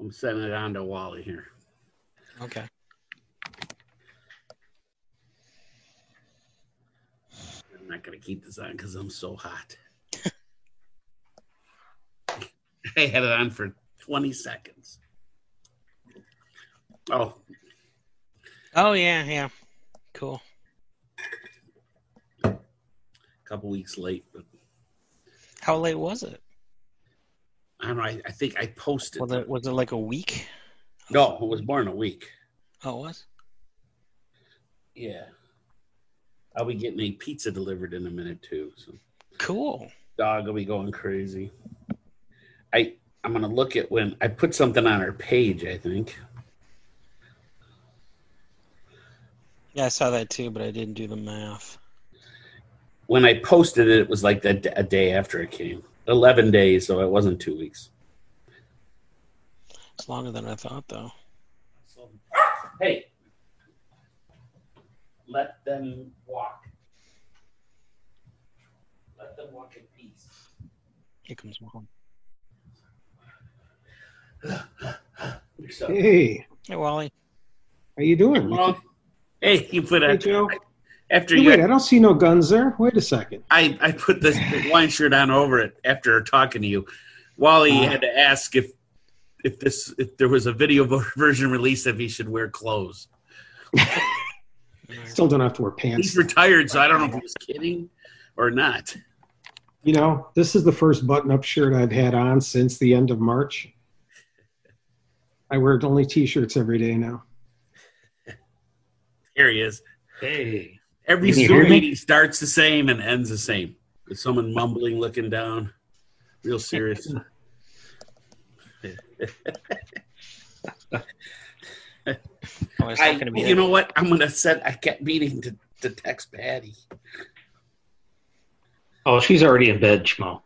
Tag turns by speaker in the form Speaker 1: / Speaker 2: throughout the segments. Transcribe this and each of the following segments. Speaker 1: I'm sending it on to Wally here.
Speaker 2: Okay.
Speaker 1: I'm not gonna keep this on because I'm so hot. I had it on for 20 seconds. Oh,
Speaker 2: Oh yeah, yeah. Cool.
Speaker 1: a couple weeks late, but
Speaker 2: How late was it?
Speaker 1: I don't know. I, I think I posted.
Speaker 2: Was it was it like a week?
Speaker 1: no, it was more than a week.
Speaker 2: Oh, it was.
Speaker 1: Yeah. I'll be getting a pizza delivered in a minute too. So
Speaker 2: Cool.
Speaker 1: dog will be going crazy. I I'm gonna look at when I put something on our page. I think.
Speaker 2: Yeah, I saw that too, but I didn't do the math.
Speaker 1: when I posted it, it was like the, a day after it came. 11 days, so it wasn't two weeks.
Speaker 2: It's longer than I thought, though.
Speaker 1: Hey, let them walk. Let them walk in peace.
Speaker 2: Here comes one.
Speaker 1: What's up?
Speaker 3: Hey,
Speaker 2: Hey, Wally.
Speaker 3: how you doing?
Speaker 1: Well, hey, you put
Speaker 3: Hey,
Speaker 1: a,
Speaker 3: Joe.
Speaker 1: after
Speaker 3: Hey, wait, I
Speaker 1: you,
Speaker 3: don't see no guns there. Wait a second.
Speaker 1: I, I put this wine shirt on over it after talking to you. Wally
Speaker 3: Uh.
Speaker 1: had to ask if if this if there was a video version release if he should wear clothes.
Speaker 3: Still don't have to wear pants.
Speaker 1: He's retired, so I don't know if he was kidding or not.
Speaker 3: You know, this is the first button-up shirt I've had on since the end of March. I wear only t-shirts every day now.
Speaker 1: Here he is.
Speaker 4: Hey,
Speaker 1: Every
Speaker 4: Can you
Speaker 1: Zoom
Speaker 4: hear me?
Speaker 1: meeting starts the same and ends the same. With someone mumbling, looking down, real serious.
Speaker 2: Oh, it's
Speaker 1: I,
Speaker 2: not gonna be
Speaker 1: you know what? I'm gonna set. I kept meaning to, to text Patty.
Speaker 4: oh, she's already in bed, Schmo.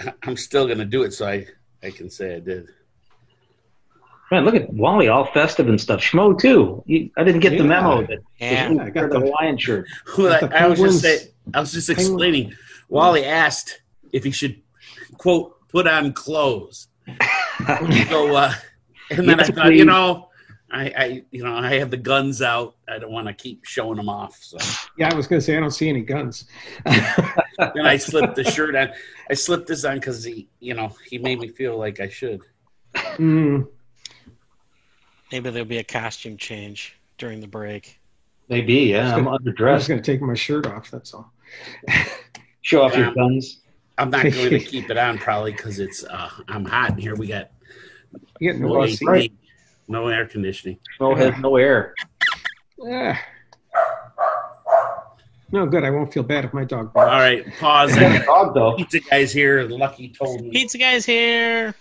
Speaker 1: I- I'm still gonna do it, so I I can say I did.
Speaker 4: Man, look at Wally, all festive and stuff. Schmo too. You, I didn't get the memo that
Speaker 2: Yeah.
Speaker 3: Yeah, I got
Speaker 4: the
Speaker 3: the-
Speaker 4: Hawaiian shirt.
Speaker 1: Well,
Speaker 3: The
Speaker 1: I, I was just
Speaker 3: Penguins-
Speaker 1: say, I was just
Speaker 3: Penguin-
Speaker 1: explaining. Wally asked if he should quote put on clothes. So uh, and then
Speaker 4: Yes,
Speaker 1: I thought, you
Speaker 4: please.
Speaker 1: know, I, I you know I have the guns out. I don't want to keep showing them off. So.
Speaker 3: Yeah, I was gonna say I don't see any guns.
Speaker 1: then I slipped the shirt on. I slipped this on because he, you know, he made me feel like I should.
Speaker 3: Mm,
Speaker 2: Maybe there'll be a costume change during the break.
Speaker 4: Maybe, yeah. I'm
Speaker 3: I'm just
Speaker 4: underdressed.
Speaker 3: gonna take my shirt off. That's all.
Speaker 4: Show off your guns.
Speaker 1: I'm not going to keep it on probably because it's uh, I'm hot in here. We got
Speaker 3: You get
Speaker 1: no
Speaker 3: no
Speaker 1: AC,
Speaker 3: AC.
Speaker 1: no air conditioning.
Speaker 4: Schmo has no air.
Speaker 3: Ah. No good. I won't feel bad if my dog
Speaker 1: All
Speaker 3: barks.
Speaker 1: right, pause. I got
Speaker 4: That dog, though.
Speaker 1: pizza guys here. Lucky told me.
Speaker 2: Pizza guy's here.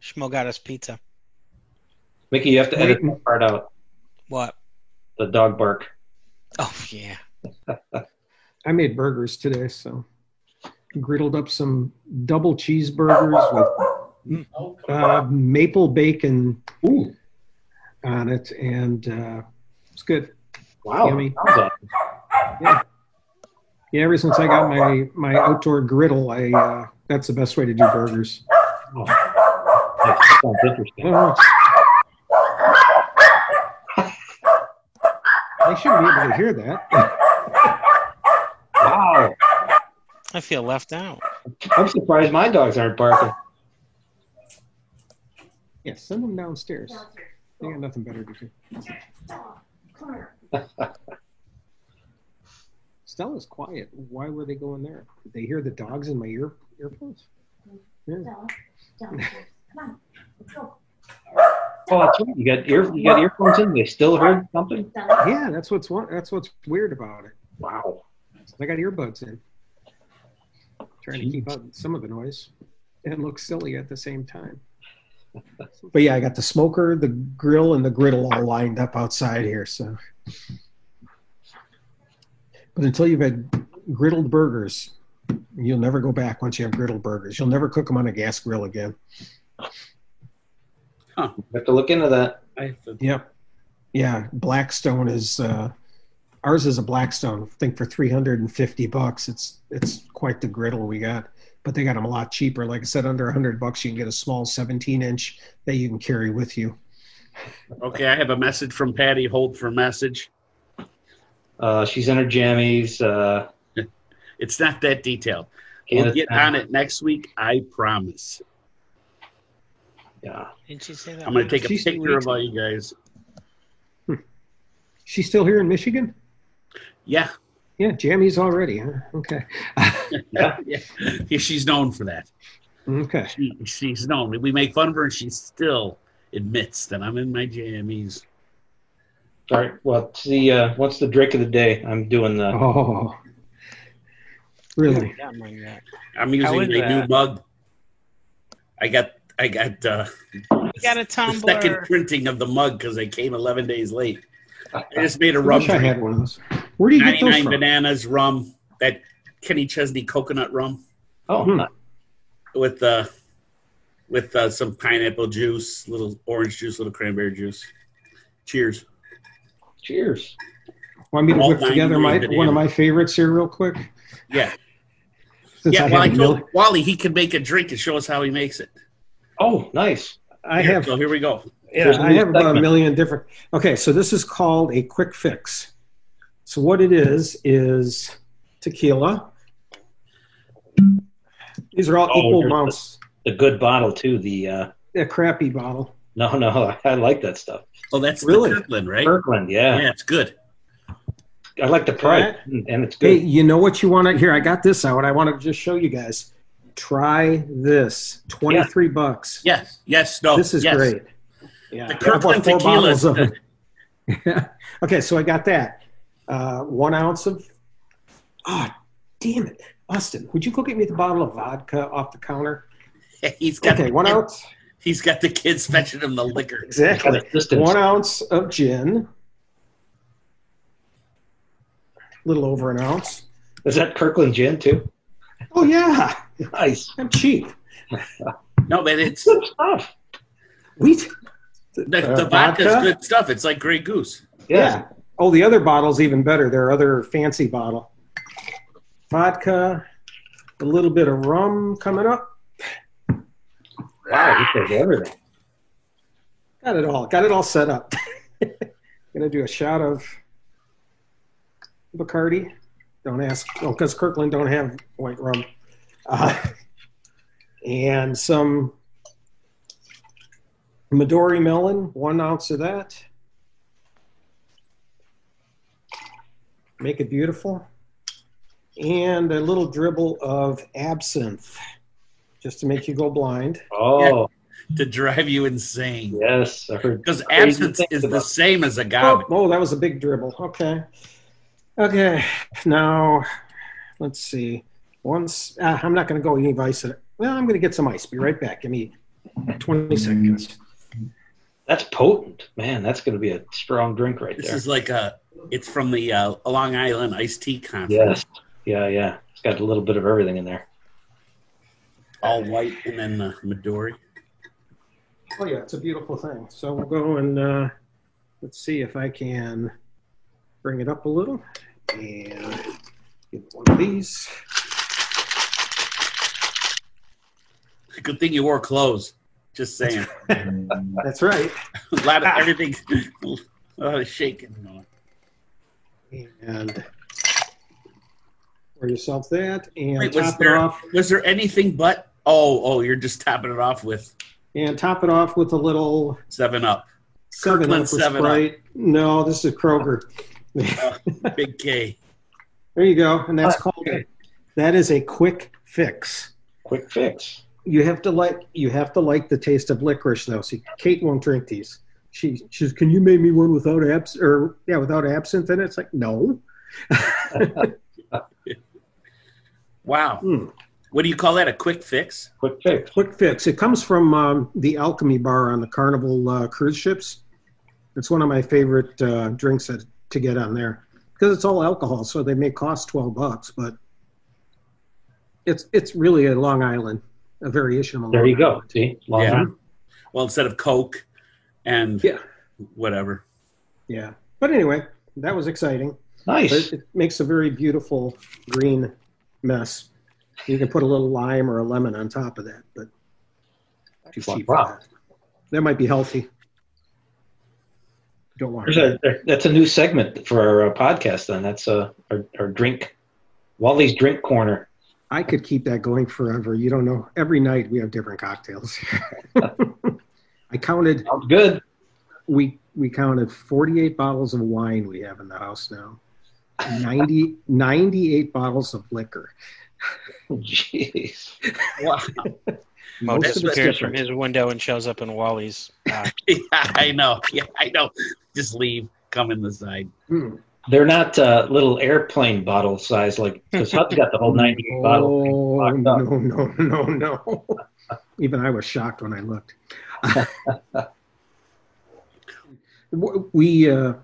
Speaker 2: Schmo got us pizza.
Speaker 4: Mickey, you have to edit that part out.
Speaker 2: What?
Speaker 4: The dog bark.
Speaker 2: Oh yeah.
Speaker 3: I made burgers today, so griddled up some double cheeseburgers with uh, maple bacon
Speaker 4: Ooh,
Speaker 3: on it, and uh, it's good.
Speaker 4: wow.
Speaker 3: Yummy.
Speaker 4: Sounds awesome.
Speaker 3: Yeah, ever since I got my my outdoor griddle, I uh, that's the best way to do burgers.
Speaker 4: Oh. That sounds
Speaker 3: I
Speaker 4: interesting.
Speaker 3: don't know. They shouldn't be able to hear that.
Speaker 4: Wow.
Speaker 2: I feel left out.
Speaker 4: I'm surprised my dogs aren't barking.
Speaker 3: Yeah, send them downstairs. They got nothing better to do. Stella's quiet. Why were they going there? Did they hear the dogs in my ear earphones? Yeah.
Speaker 4: Oh, that's right. You got, ear, you got earphones in? They still heard something?
Speaker 3: Yeah, that's what's wa- that's what's weird about it.
Speaker 4: Wow.
Speaker 3: I got earbuds in, trying to keep out some of the noise and look silly at the same time. But yeah, I got the smoker, the grill, and the griddle all lined up outside here. So, but until you've had griddled burgers, you'll never go back. Once you have griddled burgers, you'll never cook them on a gas grill again.
Speaker 4: We have to look into that.
Speaker 1: I have to-
Speaker 3: Yep. Yeah, Blackstone is uh, ours is a Blackstone. I think for three hundred and fifty bucks, it's it's quite the griddle we got. but they got them a lot cheaper. Like I said, under a hundred bucks, you can get a small 17 inch that you can carry with you.
Speaker 1: Okay, I have a message from Patty. Hold for message.
Speaker 4: Uh, she's in her jammies. Uh,
Speaker 1: It's not that detailed.
Speaker 4: can't
Speaker 1: We'll get on
Speaker 4: attend.
Speaker 1: it next week. I promise.
Speaker 4: Yeah.
Speaker 2: Didn't she say that?
Speaker 1: I'm going to take a
Speaker 3: She's
Speaker 1: picture of all you guys.
Speaker 3: She's still here in Michigan.
Speaker 1: Yeah,
Speaker 3: Yeah, jammies already. Huh? Okay,
Speaker 4: Yeah.
Speaker 1: yeah. She's known for that.
Speaker 3: okay.
Speaker 1: She, she's known. We make fun of her, and she still admits that I'm in my jammies.
Speaker 4: All right. What's the uh, What's the drink of the day? I'm doing the.
Speaker 3: Oh, really?
Speaker 2: Yeah, I'm on that.
Speaker 1: I'm using
Speaker 2: is
Speaker 1: my new
Speaker 2: that?
Speaker 1: mug. I got I got uh,
Speaker 2: You got a
Speaker 1: the second
Speaker 2: tumbler.
Speaker 1: printing of the mug because I came 11 days late. I just made a rum
Speaker 3: Wish I
Speaker 1: drink.
Speaker 3: had one of those. Where do you get those
Speaker 1: 99
Speaker 3: from?
Speaker 1: bananas rum, that Kenny Chesney coconut rum
Speaker 4: Oh,
Speaker 3: Hmm.
Speaker 4: nice.
Speaker 1: with uh, with uh, some pineapple juice, little orange juice, little cranberry juice. Cheers.
Speaker 4: cheers.
Speaker 3: Want me to
Speaker 1: All
Speaker 3: whip together my
Speaker 1: 99
Speaker 3: one of my favorites here real quick?
Speaker 1: Yeah.
Speaker 3: Since
Speaker 1: yeah,
Speaker 3: I,
Speaker 1: well, I
Speaker 3: have
Speaker 1: told
Speaker 3: no,
Speaker 1: Wally he can make a drink and show us how he makes it.
Speaker 4: Oh, nice.
Speaker 3: I
Speaker 1: Here,
Speaker 3: have
Speaker 1: so here we go.
Speaker 4: There's a
Speaker 3: I
Speaker 4: new
Speaker 3: have about a
Speaker 4: segment.
Speaker 3: million different. Okay, so this is called a quick fix. So what it is is tequila. These are all
Speaker 4: Oh,
Speaker 3: equal
Speaker 4: there's the-
Speaker 3: amounts.
Speaker 4: The good bottle too. The uh,
Speaker 3: A crappy bottle.
Speaker 4: no, no. I like that stuff.
Speaker 1: Oh, that's
Speaker 3: Really?
Speaker 1: the Kirkland, right?
Speaker 4: Kirkland. Yeah.
Speaker 1: Yeah, it's good.
Speaker 4: I like the price,
Speaker 3: Yeah.
Speaker 4: and and it's
Speaker 3: Hey,
Speaker 4: good.
Speaker 3: you know what you want to here? I got this out. I want to just show you guys. Try this. Twenty three bucks.
Speaker 1: Yes, yes, no,
Speaker 3: This is
Speaker 1: Oh, yes.
Speaker 3: great. Yeah.
Speaker 1: The
Speaker 3: I bought
Speaker 1: Kirkland
Speaker 3: four
Speaker 1: tequila
Speaker 3: bottles
Speaker 1: is
Speaker 3: of
Speaker 1: the-
Speaker 3: it. okay, so I got that. Uh, one ounce of. Ah, damn it, Austin! Would you go get me the bottle of vodka off the counter?
Speaker 1: He's got
Speaker 3: Okay,
Speaker 1: the
Speaker 3: one
Speaker 1: kid-
Speaker 3: ounce.
Speaker 1: He's got the kids fetching him the liquor.
Speaker 3: Exactly.
Speaker 4: Got assistance.
Speaker 3: One ounce of gin. A little over an ounce.
Speaker 4: Is that Kirkland gin too?
Speaker 3: Oh yeah,
Speaker 4: Nice.
Speaker 3: I'm cheap.
Speaker 1: No, but it's the,
Speaker 4: Good stuff.
Speaker 3: Wheat.
Speaker 1: the
Speaker 3: Uh,
Speaker 1: vodka's
Speaker 3: vodka?
Speaker 1: good stuff. It's like Grey Goose.
Speaker 4: Yeah.
Speaker 3: Oh, the other bottle's even better. Their other fancy bottle. Vodka, a little bit of rum coming up.
Speaker 4: Wow. He did everything.
Speaker 3: Got it all. Got it all set up. Gonna do a shot of Bacardi. Don't ask, because Kirkland don't have white rum, uh, and some Midori melon. One ounce of that. Make it beautiful, and a little dribble of absinthe, just to make you go blind.
Speaker 4: Oh,
Speaker 1: To drive you insane.
Speaker 4: yes. I heard.
Speaker 1: Because
Speaker 4: Crazy
Speaker 1: absinthe
Speaker 4: things
Speaker 1: is the
Speaker 4: about-
Speaker 1: same as
Speaker 3: Oh,
Speaker 1: agave.
Speaker 3: oh, that was a big dribble. Okay. Okay. Now, let's see. Once ah, I'm not going to go any ice. in it. Well, I'm going to get some ice. Be right back. Give me 20 seconds.
Speaker 4: That's potent, man. That's going to be a strong drink right
Speaker 1: This
Speaker 4: there.
Speaker 1: is like a. It's from the uh, Long Island iced tea conference.
Speaker 4: Yes. Yeah, yeah. It's got a little bit of everything in there.
Speaker 1: All white and then the Midori.
Speaker 3: Oh yeah, it's a beautiful thing. So we'll go and uh, let's see if I can bring it up a little and get one of these.
Speaker 1: Good thing you wore clothes. Just saying.
Speaker 3: That's right.
Speaker 1: a lot of everything. A lot of shaking. going on.
Speaker 3: And pour yourself that and
Speaker 1: Wait, was
Speaker 3: top it
Speaker 1: there-
Speaker 3: off.
Speaker 1: Was there anything but? Oh, oh, you're just topping it off with
Speaker 3: And top it off with a little
Speaker 1: Seven Up,
Speaker 3: Seven
Speaker 1: Kirkland
Speaker 3: Up with
Speaker 1: Seven Up.
Speaker 3: Sprite. No, this is Kroger.
Speaker 1: Big K.
Speaker 3: There you go, and that's
Speaker 4: Oh,
Speaker 3: called.
Speaker 4: okay.
Speaker 3: That is a quick fix.
Speaker 4: Quick fix.
Speaker 3: You have to like. You have to like the taste of licorice, though. See, Kate won't drink these. She she says, "Can you make me one without abs or yeah, without absinthe?" And it? it's like, no.
Speaker 1: Wow.
Speaker 3: Hmm.
Speaker 1: What do you call that? A quick fix?
Speaker 4: Quick fix.
Speaker 3: Quick fix. It comes from um, the Alchemy Bar on the Carnival uh, cruise ships. It's one of my favorite uh, drinks that, to get on there because it's all alcohol, so they may cost twelve bucks, but it's it's really a Long Island, a variation of a
Speaker 4: There
Speaker 3: Long
Speaker 4: you go.
Speaker 3: Island.
Speaker 4: See? Long
Speaker 1: Yeah.
Speaker 4: Island.
Speaker 1: Well, instead of Coke and
Speaker 3: Yeah.
Speaker 1: whatever.
Speaker 3: Yeah, but anyway, that was exciting.
Speaker 4: Nice.
Speaker 3: But it makes a very beautiful green mess. You can put a little lime or a lemon on top of that, but
Speaker 4: Two
Speaker 3: it's
Speaker 4: block
Speaker 3: cheap for
Speaker 4: rock.
Speaker 3: that. That might be healthy. Don't want
Speaker 4: There's a, there- that's a new segment for our uh, podcast. Then that's uh, our, our drink, Wally's drink corner.
Speaker 3: I could keep that going forever. You don't know. Every night we have different cocktails. I counted.
Speaker 4: Sounds good.
Speaker 3: We we counted 48 bottles of wine we have in the house now. 90, 98 bottles of liquor.
Speaker 4: Jeez.
Speaker 1: Wow.
Speaker 3: Most
Speaker 2: Mo
Speaker 1: of
Speaker 2: just
Speaker 1: it's
Speaker 2: appears from
Speaker 3: different.
Speaker 2: his window and shows up in Wally's. Uh,
Speaker 1: Yeah, I know. Yeah, I know. Just leave. Come in the side.
Speaker 3: Hmm.
Speaker 4: They're not uh, little airplane bottle size like because Hub's got the whole 98 bottle.
Speaker 3: Oh,
Speaker 4: locked
Speaker 3: no,
Speaker 4: up.
Speaker 3: no, no, no. Even I was shocked when I looked. W- we, uh,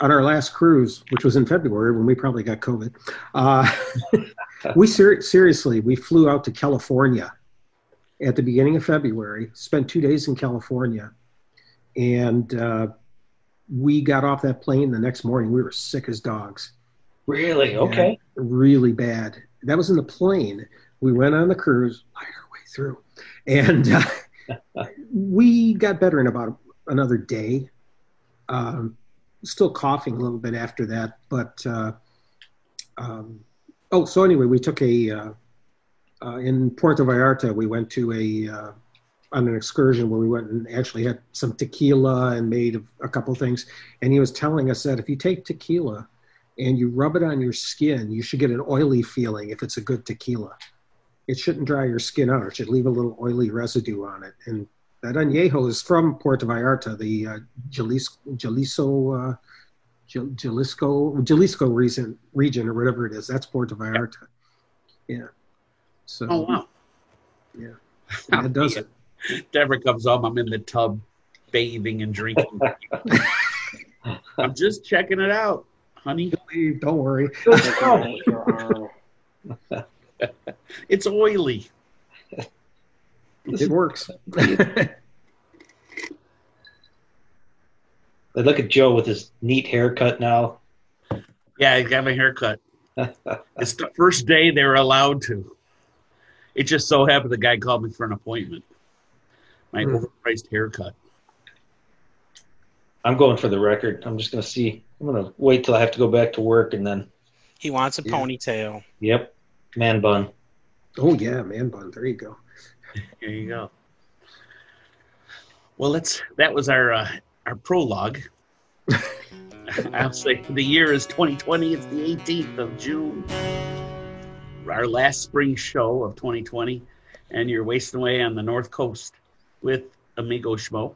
Speaker 3: on our last cruise, which was in February when we probably got COVID, uh, we ser- seriously, we flew out to California at the beginning of February, spent two days in California, and uh, we got off that plane the next morning. We were sick as dogs
Speaker 4: Really? Okay.
Speaker 3: really bad. That was in the plane. We went on the cruise, lied our way through, and uh, we got better in about another day. Um, still coughing a little bit after that, but uh, um, oh, so anyway, we took a uh, uh, in Puerto Vallarta. We went to a uh, on an excursion where we went and actually had some tequila and made a, a couple things. And he was telling us that if you take tequila and you rub it on your skin, you should get an oily feeling if it's a good tequila. It shouldn't dry your skin out. It should leave a little oily residue on it. And that añejo is from Puerto Vallarta, the uh, Jalisco, Jalisco, uh, Jal- Jalisco, Jalisco region, region or whatever it is. That's Puerto Vallarta. Yeah. So
Speaker 1: Oh wow.
Speaker 3: Yeah. that does it.
Speaker 1: Deborah comes home. I'm in the tub, bathing and drinking. I'm just checking it out, honey.
Speaker 3: Leave, Don't worry.
Speaker 1: It's oily.
Speaker 3: It works.
Speaker 4: But look at Joe with his neat haircut now.
Speaker 1: Yeah, I got a haircut. It's the first day they were allowed to. It just so happened the guy called me for an appointment. My
Speaker 3: Hmm.
Speaker 1: overpriced haircut.
Speaker 4: I'm going for the record. I'm just going to see. I'm going to wait till I have to go back to work and then,
Speaker 2: he wants a
Speaker 3: Yeah.
Speaker 2: ponytail.
Speaker 4: yep, man bun.
Speaker 3: Oh, yeah, man bun. There you go.
Speaker 1: There you go. Well, let's. That was our uh, our prologue. I'll say the year is 2020. It's the 18th of June. Our last spring show of 2020, and you're wasting away on the North Coast with Amigo Schmo.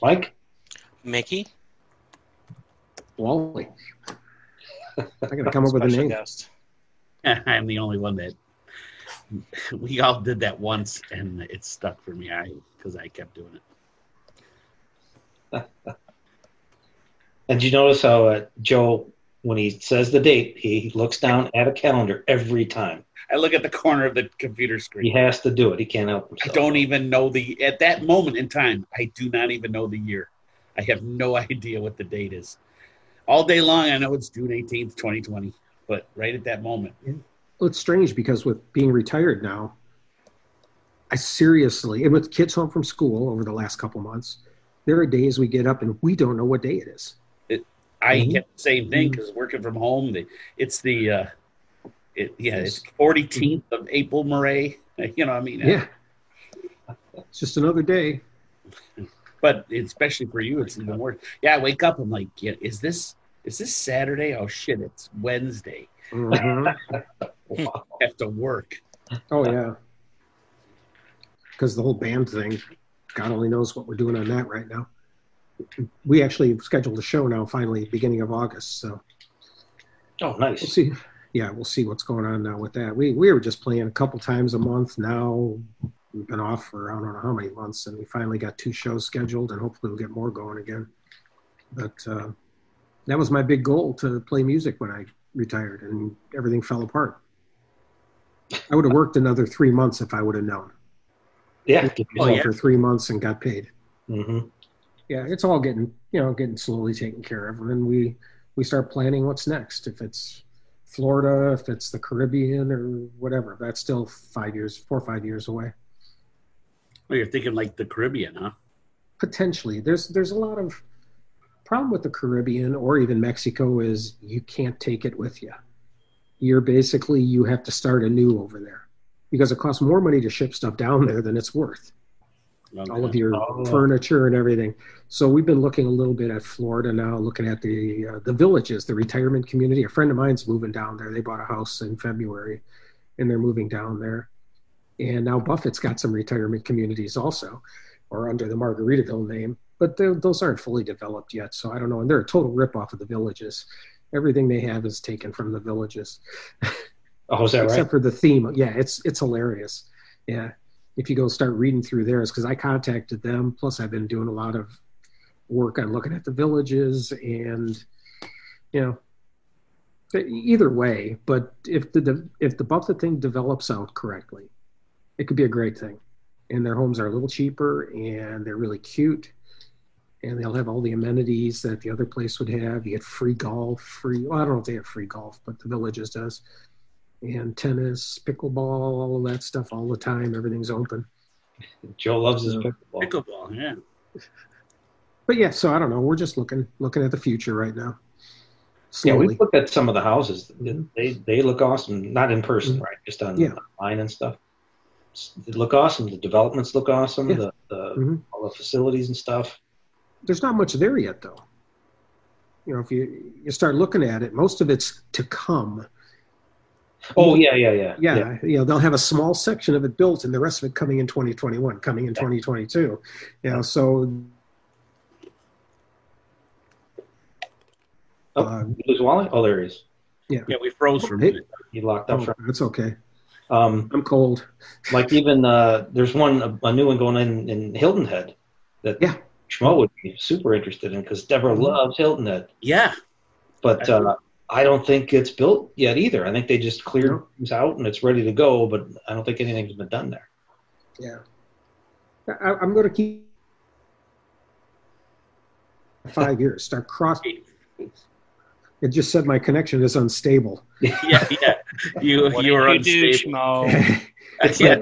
Speaker 4: Mike?
Speaker 2: Mickey,
Speaker 3: Wally. I gotta come up with a
Speaker 2: special
Speaker 3: name.
Speaker 2: guest.
Speaker 1: I'm the only one that we all did that once, and it stuck for me. I because I kept doing it.
Speaker 4: And did you notice how uh, Joe, when he says the date, he looks down at a calendar every time.
Speaker 1: I look at the corner of the computer screen.
Speaker 4: He has to do it. He can't help
Speaker 1: I
Speaker 4: himself.
Speaker 1: don't even know the at that moment in time. I do not even know the year. I have no idea what the date is. All day long, I know it's June eighteenth, twenty twenty, but right at that moment,
Speaker 3: Well, it's strange because with being retired now, I seriously, and with kids home from school over the last couple months, there are days we get up and we don't know what day it is.
Speaker 1: I
Speaker 3: Mm-hmm.
Speaker 4: Mhm.
Speaker 1: get the same thing because working from home, the, it's the uh, it, yeah,
Speaker 3: Yes.
Speaker 1: it's fourteenth of April Murray. You know, what I mean,
Speaker 3: Yeah. It's just another day.
Speaker 1: but especially for you, it's even worse. Yeah, I wake up, I'm like, yeah, is this is this Saturday? Oh shit, it's Wednesday.
Speaker 3: Mhm.
Speaker 4: Oh, Wow.
Speaker 1: I have to work.
Speaker 3: Oh, yeah. Because the whole band thing, God only knows what we're doing on that right now. We actually scheduled a show now, finally, beginning of August. So
Speaker 4: Oh,
Speaker 3: We'll
Speaker 4: nice.
Speaker 3: see. Yeah, we'll see what's going on now with that. We we were just playing a couple times a month now. We've been off for I don't know how many months, and we finally got two shows scheduled, and hopefully we'll get more going again. But uh, that was my big goal to play music when I retired, and everything fell apart. I would have worked another three months if I would have known.
Speaker 4: Yeah.
Speaker 1: Oh, yeah.
Speaker 3: For three months and got paid
Speaker 4: hmm
Speaker 3: yeah, it's all getting you know getting slowly taken care of, and then we we start planning what's next. If it's Florida, if it's the Caribbean or whatever, that's still five years, four or five years away.
Speaker 1: Well, Oh, you're thinking like the Caribbean, huh?
Speaker 3: Potentially, there's there's a lot of problem with the Caribbean or even Mexico is you can't take it with you. You're basically you have to start anew over there because it costs more money to ship stuff down there than it's worth. all of your
Speaker 4: Oh.
Speaker 3: furniture and everything. So we've been looking a little bit at Florida now, looking at the uh, the villages, the retirement community. A friend of mine's moving down there. They bought a house in February, and they're moving down there. And now Buffett's got some retirement communities also, or under the Margaritaville name, but they're- those aren't fully developed yet. So I don't know. And they're a total ripoff of the villages. Everything they have is taken from the villages
Speaker 4: Oh, is that
Speaker 3: except
Speaker 4: right?
Speaker 3: for the theme. Yeah, it's it's hilarious. Yeah, if you go start reading through theirs, because I contacted them. Plus, I've been doing a lot of work on looking at the villages, and you know, but e-, either way. But if the de- if the Buffett thing develops out correctly, it could be a great thing. And their homes are a little cheaper, and they're really cute. And they'll have all the amenities that the other place would have. You get free golf, free, well, I don't know if they have free golf, but the villages does and tennis, pickleball, all of that stuff all the time. Everything's open.
Speaker 4: Joe loves his
Speaker 3: Yeah.
Speaker 4: pickleball.
Speaker 1: Pickleball, yeah.
Speaker 3: But yeah, so I don't know. We're just looking looking at the future right now.
Speaker 4: Yeah,
Speaker 3: Slowly.
Speaker 4: we've looked at some of the houses.
Speaker 3: Mhm.
Speaker 4: They they look awesome. Not in person,
Speaker 3: Mhm.
Speaker 4: right? Just on
Speaker 3: Yeah.
Speaker 4: online and stuff. S- They look awesome. The developments look awesome.
Speaker 3: Yeah.
Speaker 4: The, the
Speaker 3: Mhm.
Speaker 4: all the facilities and stuff.
Speaker 3: There's not much there yet though. You know, if you you start looking at it, most of it's to come.
Speaker 4: Oh yeah, yeah, yeah.
Speaker 3: Yeah, you know, they'll have a small section of it built and the rest of it coming in 2021, coming in 2022. You know, so
Speaker 4: Oh,
Speaker 3: uh,
Speaker 4: you lose wallet? Oh, there he is.
Speaker 1: Yeah, we froze for a
Speaker 3: Hey.
Speaker 1: minute.
Speaker 4: He locked up.
Speaker 3: oh,
Speaker 4: for-
Speaker 3: that's okay.
Speaker 4: Um,
Speaker 3: I'm cold.
Speaker 4: like even uh, there's one a, a new one going in in Hilton Head that
Speaker 3: Yeah. Mm-hmm.
Speaker 4: Schmo would be super interested in because Deborah loves Hilton Head,
Speaker 1: Yeah,
Speaker 4: but uh, I don't think it's built yet either. I think they just cleared
Speaker 3: No.
Speaker 4: things out and it's ready to go, but I don't think anything's been done there.
Speaker 3: Yeah. I, I'm going to keep five years. Start cross. It just said my connection is unstable.
Speaker 1: yeah, yeah. You
Speaker 2: What
Speaker 1: you
Speaker 2: did
Speaker 1: are
Speaker 2: you do,
Speaker 1: unstable.
Speaker 2: Schmo?
Speaker 1: yeah,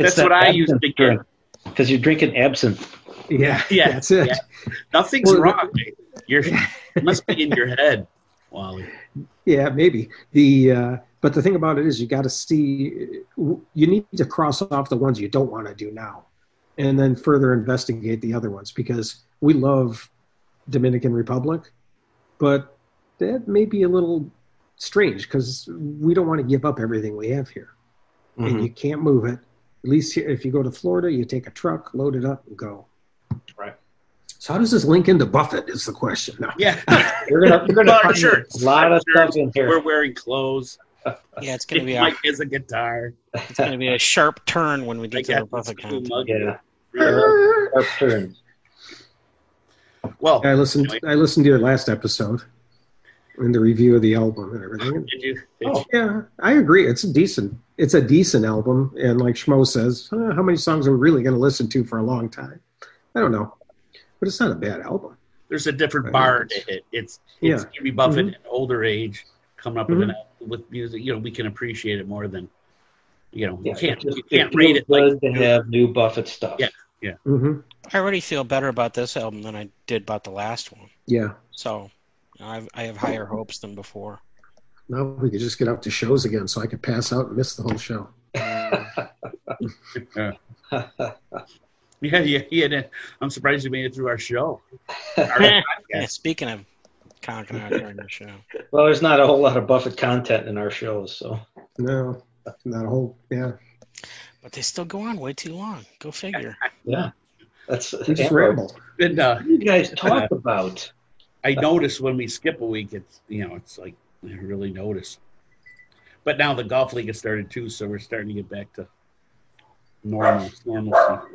Speaker 1: That's what I used to get.
Speaker 4: Because you're drinking absinthe.
Speaker 3: yeah,
Speaker 1: Yeah,
Speaker 3: that's it.
Speaker 1: yeah. nothing's
Speaker 3: Well,
Speaker 1: wrong. You're it must be in your head, Wally.
Speaker 3: Yeah, maybe the. Uh, but the thing about it is, you got to see. You need to cross off the ones you don't want to do now, and then further investigate the other ones because we love Dominican Republic, but that may be a little strange because we don't want to give up everything we have here, and
Speaker 4: Mhm.
Speaker 3: you can't move it. At least here, if you go to Florida, you take a truck, load it up, and go.
Speaker 4: Right.
Speaker 3: So how does this link into Buffett? Is the question. No.
Speaker 1: Yeah,
Speaker 4: You're gonna, you're
Speaker 1: Lot
Speaker 4: gonna
Speaker 1: of
Speaker 4: find
Speaker 1: shirts.
Speaker 4: a lot of
Speaker 1: Shirts.
Speaker 4: stuff in
Speaker 1: we're
Speaker 4: here.
Speaker 1: wearing clothes.
Speaker 2: Yeah, it's gonna be a,
Speaker 1: Mike is a guitar.
Speaker 2: it's gonna be a sharp turn when we
Speaker 1: I
Speaker 2: get to
Speaker 1: got
Speaker 2: the Buffett
Speaker 1: cool
Speaker 2: content.
Speaker 1: mug.
Speaker 4: yeah,
Speaker 3: I
Speaker 4: sharp turns.
Speaker 1: Well,
Speaker 3: listened. I listened to your last episode and the review of the album and everything.
Speaker 1: did you? Did
Speaker 4: Oh.
Speaker 3: Yeah, I agree. It's decent. It's a decent album, and like Schmo says, huh, how many songs are we really going to listen to for a long time? I don't know, but it's not a bad album.
Speaker 1: there's a different
Speaker 3: Right.
Speaker 1: bar to hit. It's it's
Speaker 3: Yeah.
Speaker 1: Jimmy Buffett
Speaker 4: Mm-hmm.
Speaker 1: in older age coming up with
Speaker 3: Mhm.
Speaker 1: an with music. You know, we can appreciate it more than you know.
Speaker 4: Yeah,
Speaker 1: You can't
Speaker 4: it just-
Speaker 1: you can't
Speaker 4: feels
Speaker 1: read it like
Speaker 4: good to have new Buffett stuff.
Speaker 1: Yeah.
Speaker 3: hmm
Speaker 2: I already feel better about this album than I did about the last one.
Speaker 3: Yeah.
Speaker 2: So I've, I have higher hopes than before.
Speaker 3: Now we could just get out to shows again, so I could pass out and miss the whole show.
Speaker 1: yeah yeah yeah. I'm surprised you made it through our show.
Speaker 2: Yeah,
Speaker 1: Our- Yes.
Speaker 2: speaking of conking out during the show,
Speaker 4: Well, there's not a whole lot of Buffett content in our shows, so
Speaker 3: No, not a whole. Yeah,
Speaker 2: but they still go on way too long. Go figure.
Speaker 4: yeah, that's
Speaker 3: we just ramble.
Speaker 1: and uh,
Speaker 4: What do you guys talk about?
Speaker 1: I notice when we skip a week, it's you know, it's like I really notice. But now the golf league has started too, so we're starting to get back to normal normalcy.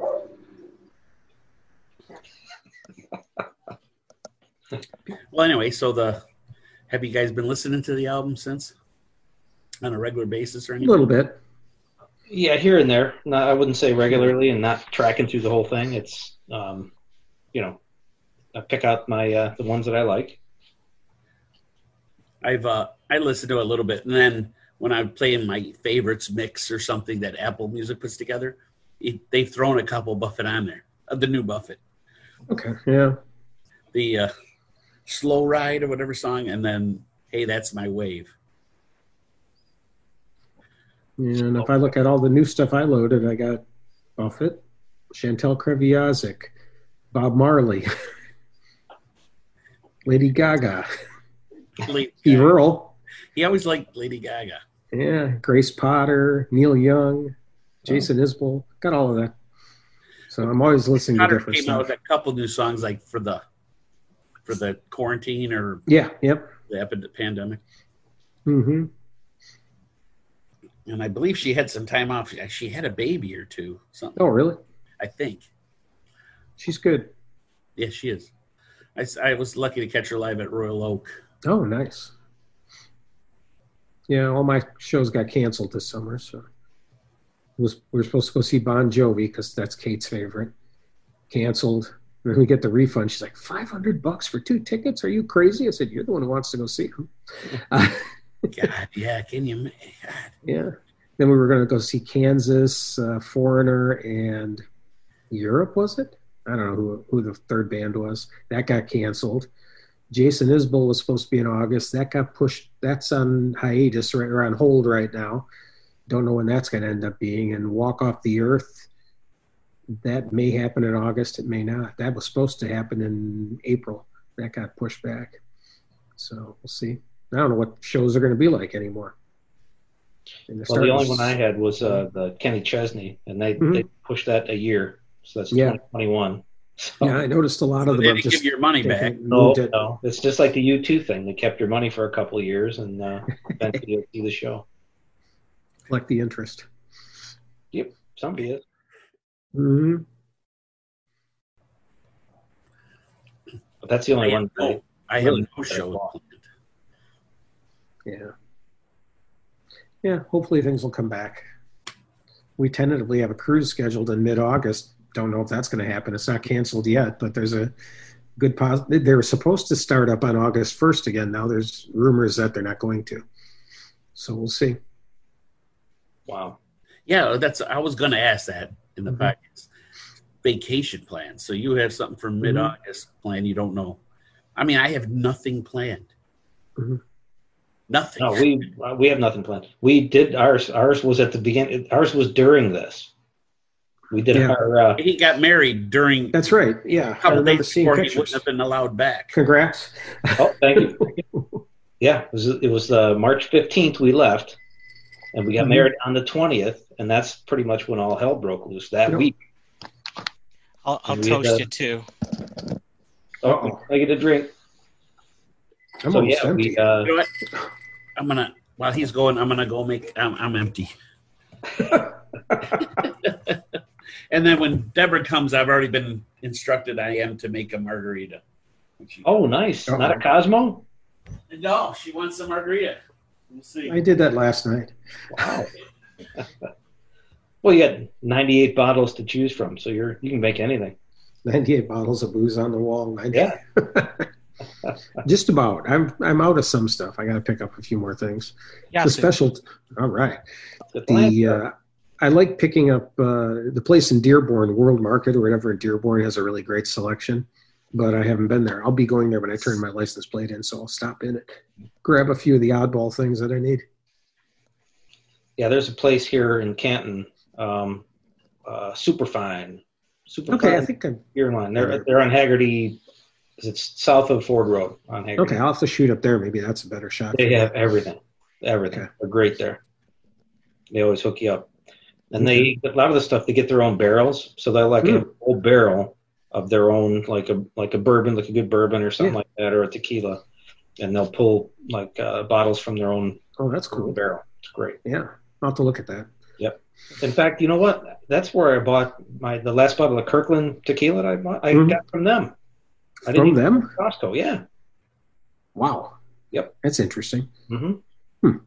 Speaker 1: well, anyway, so the have you guys been listening to the album since on a regular basis or
Speaker 3: A
Speaker 1: anything?
Speaker 3: little bit.
Speaker 4: Yeah, here and there. Not, I wouldn't say regularly, and not tracking through the whole thing. It's, um, you know, I pick out my uh, the ones that I like.
Speaker 1: I've uh, I listen to it a little bit, and then when I'm playing my favorites mix or something that Apple Music puts together, it, they've thrown a couple Buffett on there, uh, the new Buffett,
Speaker 3: Okay. Yeah.
Speaker 1: the uh, Slow Ride or whatever song, and then Hey, That's My Wave.
Speaker 3: And if I look at all the new stuff I loaded, I got Buffett, Chantel Kreviazic, Bob Marley, Lady Gaga,
Speaker 1: Lady
Speaker 3: Steve
Speaker 1: Gaga.
Speaker 3: Earle,
Speaker 1: He always liked Lady Gaga.
Speaker 3: yeah, Grace Potter, Neil Young, Jason Isbell, got all of that. So I'm always listening to
Speaker 1: Potter
Speaker 3: different
Speaker 1: came out
Speaker 3: stuff.
Speaker 1: with a couple new songs like for the for the quarantine or
Speaker 3: Yeah. Yep.
Speaker 1: the epidemic pandemic.
Speaker 3: Mm-hmm.
Speaker 1: And I believe she had some time off. She- She had a baby or two, something.
Speaker 3: Oh, really?
Speaker 1: I think.
Speaker 3: She's good.
Speaker 1: Yeah, she is. I, s- I was lucky to catch her live at Royal Oak.
Speaker 3: Oh, nice. Yeah, all my shows got canceled this summer, so it was we were supposed to go see Bon Jovi because that's Kate's favorite. Canceled. And then we get the refund. She's like, 500 bucks for two tickets? Are you crazy? I said, You're the one who wants to go see him. Uh,
Speaker 1: God, yeah, can you? ma- God.
Speaker 3: yeah. Then we were going to go see Kansas, uh, Foreigner, and Europe, was it? I don't know who, who the third band was. That got canceled. Jason Isbell was supposed to be in August. That got pushed. That's on hiatus right, or on hold right now. Don't know when that's going to end up being. And Walk Off the Earth, that may happen in August. It may not. That was supposed to happen in April. That got pushed back. So we'll see. I don't know what shows are going to be like anymore. And they're
Speaker 4: Well, the
Speaker 3: starting
Speaker 4: only
Speaker 3: to-
Speaker 4: one I had was uh, the Kenny Chesney, and they,
Speaker 3: Mhm.
Speaker 4: they pushed that a year, so that's
Speaker 3: Yeah.
Speaker 4: 2021. So,
Speaker 3: Yeah, I noticed a lot of
Speaker 1: They
Speaker 3: them have
Speaker 1: didn't
Speaker 3: just
Speaker 1: give your money
Speaker 3: taken
Speaker 1: back.
Speaker 3: it and
Speaker 4: no,
Speaker 3: moved it.
Speaker 4: no, it's just like the U2 thing. They kept your money for a couple of years, and uh, eventually you'll see the show.
Speaker 3: collect the interest.
Speaker 4: Somebody is.
Speaker 3: hmm
Speaker 4: But that's the
Speaker 1: I
Speaker 4: only
Speaker 1: have
Speaker 4: one.
Speaker 1: no, I have
Speaker 3: Really?
Speaker 1: no show planned.
Speaker 3: Yeah. Yeah, hopefully things will come back. We tentatively have a cruise scheduled in mid August. Don't know if that's going to happen. It's not canceled yet, but there's a good pos. They were supposed to start up on August 1st again. Now there's rumors that they're not going to. So we'll see.
Speaker 4: Wow.
Speaker 1: Yeah, oh, that's. I was going to ask that in the
Speaker 3: Mhm.
Speaker 1: podcast. Vacation plans. So you have something for
Speaker 3: Mm-hmm.
Speaker 1: mid August planned? You don't know. I mean, I have nothing planned.
Speaker 3: Mhm.
Speaker 1: Nothing.
Speaker 4: No, we uh, we have nothing planned. We did ours. Ours was at the beginning. Ours was during this. We did
Speaker 3: Yeah.
Speaker 4: our. Uh,
Speaker 1: he got married during
Speaker 3: That's right. Yeah.
Speaker 1: a
Speaker 3: I
Speaker 1: couple
Speaker 3: remember
Speaker 1: days
Speaker 3: seeing
Speaker 1: before he wouldn't
Speaker 3: pictures.
Speaker 1: have been allowed back.
Speaker 3: Congrats.
Speaker 4: oh, thank you. yeah, it was it was uh, March fifteenth. We left, and we got
Speaker 3: Mhm.
Speaker 4: married on the twentieth, and that's pretty much when all hell broke loose that
Speaker 3: Yep.
Speaker 4: week.
Speaker 2: I'll, I'll
Speaker 4: We,
Speaker 2: toast
Speaker 4: uh,
Speaker 2: you too.
Speaker 4: Oh,
Speaker 3: Uh-oh.
Speaker 4: I get a drink.
Speaker 3: I'm
Speaker 4: so
Speaker 3: almost
Speaker 4: yeah,
Speaker 3: empty.
Speaker 4: we uh,
Speaker 1: You know what? I'm gonna while he's going, I'm gonna go make. I'm, I'm empty. and then when Deborah comes, I've already been instructed I am to make a margarita.
Speaker 4: oh, nice.
Speaker 3: Uh-oh.
Speaker 4: Not a Cosmo.
Speaker 1: no, she wants a margarita. We'll see.
Speaker 3: I did that last night.
Speaker 4: Wow. well, you had ninety eight bottles to choose from, so you're you can make anything.
Speaker 3: 98 bottles of booze on the wall. 90
Speaker 4: Yeah.
Speaker 3: Just about. I'm I'm out of some stuff. I got to pick up a few more things.
Speaker 2: Yeah,
Speaker 3: the
Speaker 2: so
Speaker 3: special. All right.
Speaker 4: The plan-
Speaker 3: The uh, I like picking up uh, the place in Dearborn, World Market or whatever in Dearborn has a really great selection, but I haven't been there. I'll be going there when I turn my license plate in, so I'll stop in it, grab a few of the oddball things that I need.
Speaker 4: Yeah, there's a place here in Canton, um, uh, Superfine. Superfine
Speaker 3: Okay, I think I'm
Speaker 4: beer line. They're they're on Haggerty. Is it south of Ford Road on Haggerty?
Speaker 3: okay. I'll have to shoot up there. Maybe that's a better shot.
Speaker 4: They have everything, everything.
Speaker 3: Okay.
Speaker 4: They're great there. They always hook you up, and they a lot of the stuff they get their own barrels, so they'll like
Speaker 3: Hmm.
Speaker 4: a whole barrel of their own, like a like a bourbon, like a good bourbon or something
Speaker 3: Yeah.
Speaker 4: like that, or a tequila, and they'll pull like uh, bottles from their own
Speaker 3: Oh, that's cool.
Speaker 4: barrel. It's great.
Speaker 3: Yeah, I'll have to look at that.
Speaker 4: In fact, you know what? That's where I bought my the last bottle of Kirkland tequila that I bought. I
Speaker 3: Mhm.
Speaker 4: got from them. I
Speaker 3: From
Speaker 4: didn't even
Speaker 3: them?
Speaker 4: go to Costco. Yeah.
Speaker 3: Wow.
Speaker 4: Yep. Mm-hmm.
Speaker 3: That's interesting.
Speaker 4: hmm
Speaker 3: You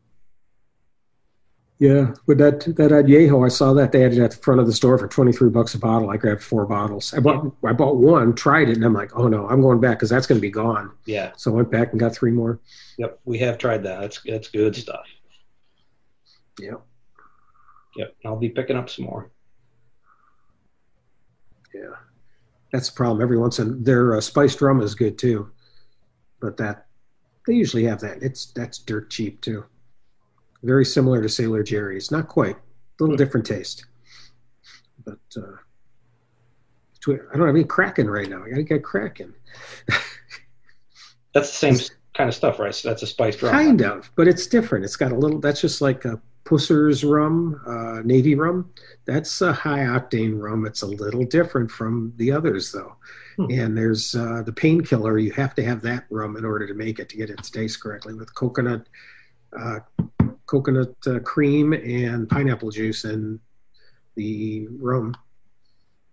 Speaker 3: Yeah, but that that añejo, I saw that they had it at the front of the store for twenty three bucks a bottle. I grabbed four bottles. I bought I bought one, tried it, and I'm like, oh no, I'm going back because that's going to be gone.
Speaker 4: Yeah.
Speaker 3: So I went back and got three more.
Speaker 4: Yep. We have tried that. That's that's good stuff.
Speaker 3: Yep.
Speaker 4: Yep. I'll be picking up some more.
Speaker 3: Yeah, that's the problem. Every once in their uh, spiced rum is good too, but that they usually have that. It's that's dirt cheap too. Very similar to Sailor Jerry's, not quite. A little different taste, but uh, twi- I don't have any Kraken right now. I gotta get Kraken.
Speaker 4: That's the same s- kind of stuff, right? So that's a spiced rum.
Speaker 3: Kind of, but it's different. It's got a little. That's just like a Pusser's rum, uh, Navy rum. That's a high octane rum. It's a little different from the others, though.
Speaker 4: Hmm.
Speaker 3: And there's uh, the painkiller. You have to have that rum in order to make it to get its taste correctly with coconut, uh, coconut uh, cream and pineapple juice and the rum.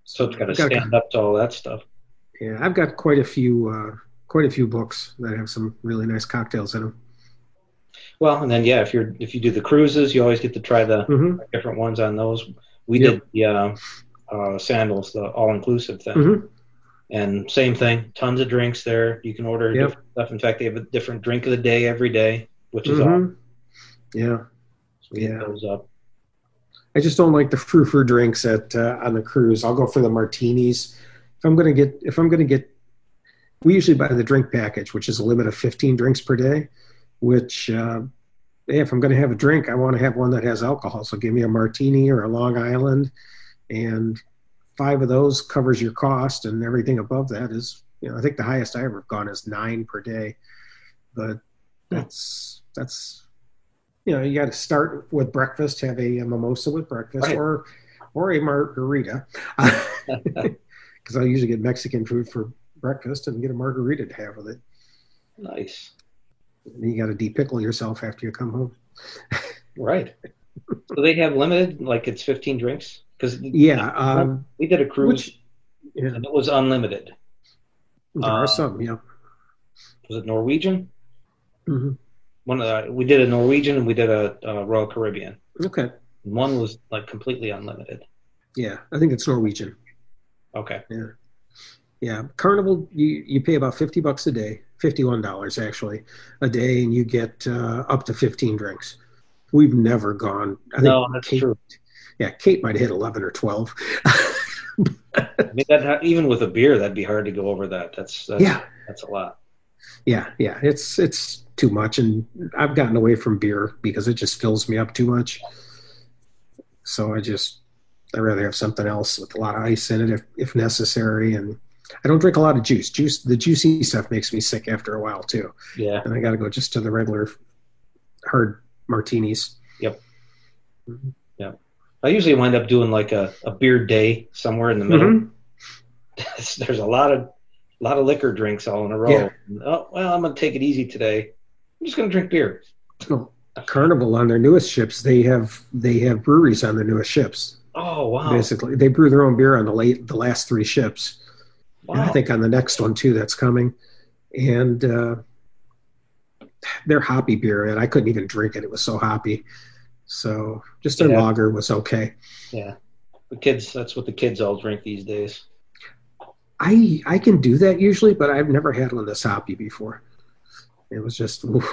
Speaker 4: So it's got to
Speaker 3: I've got a-
Speaker 4: stand up to all that stuff.
Speaker 3: Yeah, I've got quite a few, uh, quite a few books that have some really nice cocktails in them.
Speaker 4: Well, and then yeah, if you're if you do the cruises, you always get to try the
Speaker 3: hmm
Speaker 4: different ones on those. We
Speaker 3: Yep.
Speaker 4: did the uh, uh, sandals, the all inclusive thing,
Speaker 3: Mhm.
Speaker 4: and same thing. Tons of drinks there. You can order
Speaker 3: Yep.
Speaker 4: different stuff. In fact, they have a different drink of the day every day, which is awesome.
Speaker 3: hmm Yeah.
Speaker 4: So we hit
Speaker 3: Yeah.
Speaker 4: those up.
Speaker 3: I just don't like the frou frou drinks at uh, on the cruise. I'll go for the martinis. If I'm gonna get, if I'm gonna get, we usually buy the drink package, which is a limit of 15 drinks per day. Which, uh, hey, if I'm gonna have a drink, I want to have one that has alcohol. So give me a martini or a Long Island, and five of those covers your cost, and everything above that is, you know, I think the highest I ever gone is nine per day, but
Speaker 4: Hmm.
Speaker 3: that's that's you know you got to start with breakfast have a, mimosa with breakfast
Speaker 4: Right.
Speaker 3: or or a margarita because i usually get mexican food for breakfast and get a margarita to have with it
Speaker 4: Nice.
Speaker 3: and you got to depickle yourself after you come home
Speaker 4: Right. so they have limited, like it's 15 drinks, because
Speaker 3: yeah um
Speaker 4: we did a cruise
Speaker 3: Which- yeah
Speaker 4: and it was unlimited.
Speaker 3: there are
Speaker 4: Uh,
Speaker 3: some yeah
Speaker 4: Was it Norwegian?
Speaker 3: Mhm.
Speaker 4: One of the, we did a Norwegian and we did a uh, Royal Caribbean.
Speaker 3: okay
Speaker 4: One was like completely unlimited.
Speaker 3: yeah i think it's norwegian
Speaker 4: Okay.
Speaker 3: Yeah, Carnival, you, you pay about 50 bucks a day, $51 actually, a day, and you get uh, up to 15 drinks. We've never gone. I think
Speaker 4: no, that's
Speaker 3: Kate,
Speaker 4: true.
Speaker 3: Yeah, Kate might hit 11 or 12.
Speaker 4: I mean, that even with a beer, that'd be hard to go over that. That's that's,
Speaker 3: yeah,
Speaker 4: that's a lot.
Speaker 3: yeah, yeah. It's it's too much, and I've gotten away from beer because it just fills me up too much. So I just I rather have something else with a lot of ice in it if if necessary, and I don't drink a lot of juice. Juice, the juicy stuff makes me sick after a while too.
Speaker 4: Yeah.
Speaker 3: and I got to go just to the regular hard martinis.
Speaker 4: I usually wind up doing like a, a beer day somewhere in the middle.
Speaker 3: Mm-hmm.
Speaker 4: There's a lot of lot of liquor drinks all in a row.
Speaker 3: Yeah.
Speaker 4: Oh well, I'm gonna take it easy today. I'm just gonna drink beer.
Speaker 3: Oh, Carnival on their newest ships, they have they have breweries on their newest ships.
Speaker 4: Oh wow!
Speaker 3: Basically, they brew their own beer on the late the last three ships,
Speaker 4: wow.
Speaker 3: and I think on the next one too that's coming. And uh, their hoppy beer, and I couldn't even drink it; it was so hoppy. So just their
Speaker 4: Yeah.
Speaker 3: lager was okay.
Speaker 4: yeah, the kids. That's what the kids all drink these days.
Speaker 3: I I can do that usually, but I've never had one this hoppy before. It was just. oof.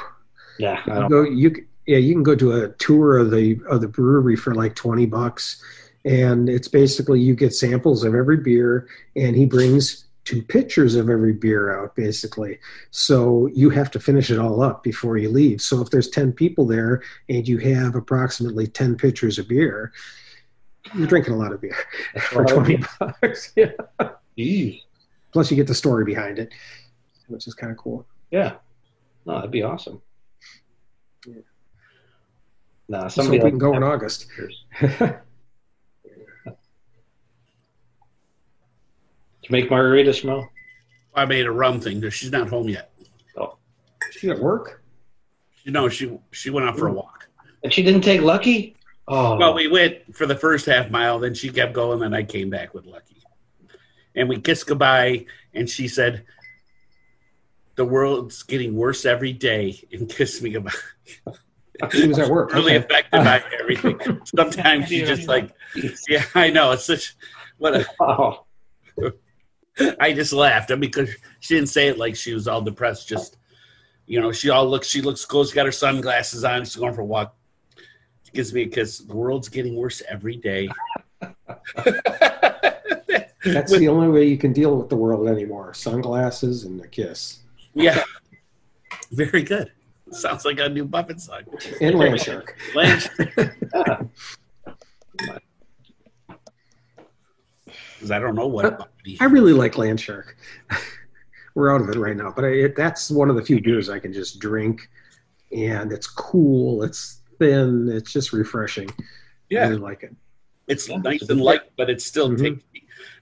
Speaker 4: Yeah, I
Speaker 3: You
Speaker 4: don't.
Speaker 3: go you c- yeah you can go to a tour of the of the brewery for like 20 bucks and it's basically you get samples of every beer and he brings two pitchers of every beer out basically so you have to finish it all up before you leave so if there's 10 people there and you have approximately 10 pitchers of beer you're drinking a lot of beer
Speaker 4: That's
Speaker 3: for
Speaker 4: why I-
Speaker 3: 20 bucks yeah.
Speaker 4: Jeez.
Speaker 3: plus you get the story behind it which is kind of cool
Speaker 4: Yeah. No, that'd be awesome.
Speaker 3: Yeah.
Speaker 4: Nah,
Speaker 3: so
Speaker 4: somebody
Speaker 3: we
Speaker 4: like
Speaker 3: can go in august yeah
Speaker 4: to make margarita smell.
Speaker 1: I made a rum thing. there. She's not home yet.
Speaker 3: she at work
Speaker 1: You know, she she went out for a walk.
Speaker 4: And she didn't take Lucky. Oh,
Speaker 1: Well, we went for the first half mile, then she kept going, then I came back with Lucky. And we kissed goodbye, and she said, The world's getting worse every day, and kissed me goodbye.
Speaker 3: He was at work.
Speaker 5: really
Speaker 3: Okay.
Speaker 5: affected by everything. Sometimes you
Speaker 2: Yeah.
Speaker 5: just like, yeah, I know. It's such what a,
Speaker 4: Wow.
Speaker 5: I just laughed because she didn't say it like she was all depressed. Just you know, she all looks. She looks cool. She's got her sunglasses on. She's going for a walk. She gives me a kiss. The world's getting worse every day.
Speaker 3: That's the only way you can deal with the world anymore: sunglasses and a kiss
Speaker 5: yeah, very good. Sounds like a new Buffett song.
Speaker 3: and land shark.
Speaker 5: Lance. Because I don't know what. Buffett he-
Speaker 3: I really like land shark. We're out of it right now, but I, it, that's one of the few beers I can just drink, and it's cool. It's thin. It's just refreshing. I really like it.
Speaker 5: It's nice and light, but it's still
Speaker 3: Mhm.
Speaker 5: tasty.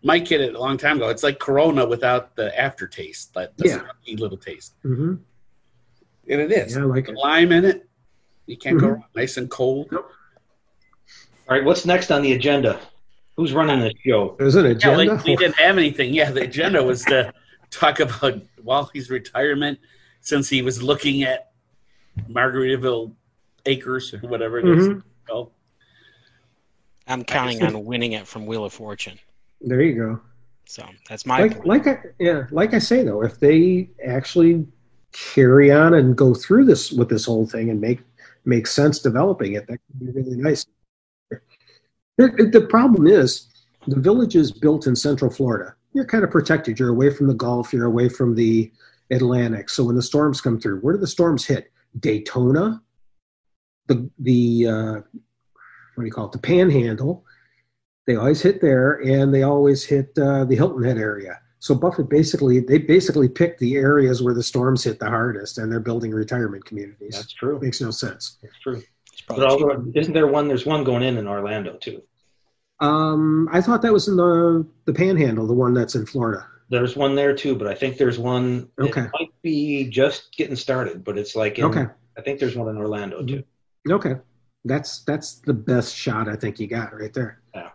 Speaker 5: Mike hit it a long time ago. It's like Corona without the aftertaste, that the
Speaker 3: Yeah.
Speaker 5: smoky little taste.
Speaker 3: hmm
Speaker 5: And it is.
Speaker 3: Yeah, I like
Speaker 5: The
Speaker 3: it.
Speaker 5: lime in it, you can't go
Speaker 3: Mhm.
Speaker 5: wrong. Nice and cold.
Speaker 4: All right, what's next on the agenda? Who's running this show?
Speaker 3: There's an
Speaker 5: Yeah,
Speaker 3: agenda.
Speaker 5: like we didn't have anything. Yeah, the agenda was to talk about Wally's retirement since he was looking at Margaritaville Acres or whatever it is Oh,
Speaker 3: Mhm.
Speaker 5: called.
Speaker 2: I'm counting on winning it from Wheel of Fortune.
Speaker 3: There you go.
Speaker 2: So that's my
Speaker 3: like
Speaker 2: point.
Speaker 3: like I yeah, like I say though, if they actually carry on and go through this with this whole thing and make make sense developing it, that could be really nice. The, the problem is the village is built in Central Florida. You're kind of protected. You're away from the Gulf. You're away from the Atlantic. So when the storms come through, where do the storms hit? Daytona, the the uh, what do you call it? The Panhandle they always hit there and they always hit uh, the Hilton Head area. So Buffett basically they basically picked the areas where the storms hit the hardest and they're building retirement communities.
Speaker 4: That's true.
Speaker 3: Makes no sense.
Speaker 4: That's true.
Speaker 2: It's
Speaker 4: But
Speaker 2: probably cheaper.
Speaker 4: although- isn't there one? There's one going in in Orlando too.
Speaker 3: Um, I thought that was in the the Panhandle, the one that's in Florida.
Speaker 4: There's one there too, but I think there's one.
Speaker 3: Okay.
Speaker 4: It might be just getting started, but it's like in,
Speaker 3: Okay, Mm-hmm.
Speaker 4: I think there's one in Orlando too.
Speaker 3: okay, that's that's the best shot I think you got right there.
Speaker 4: Yeah.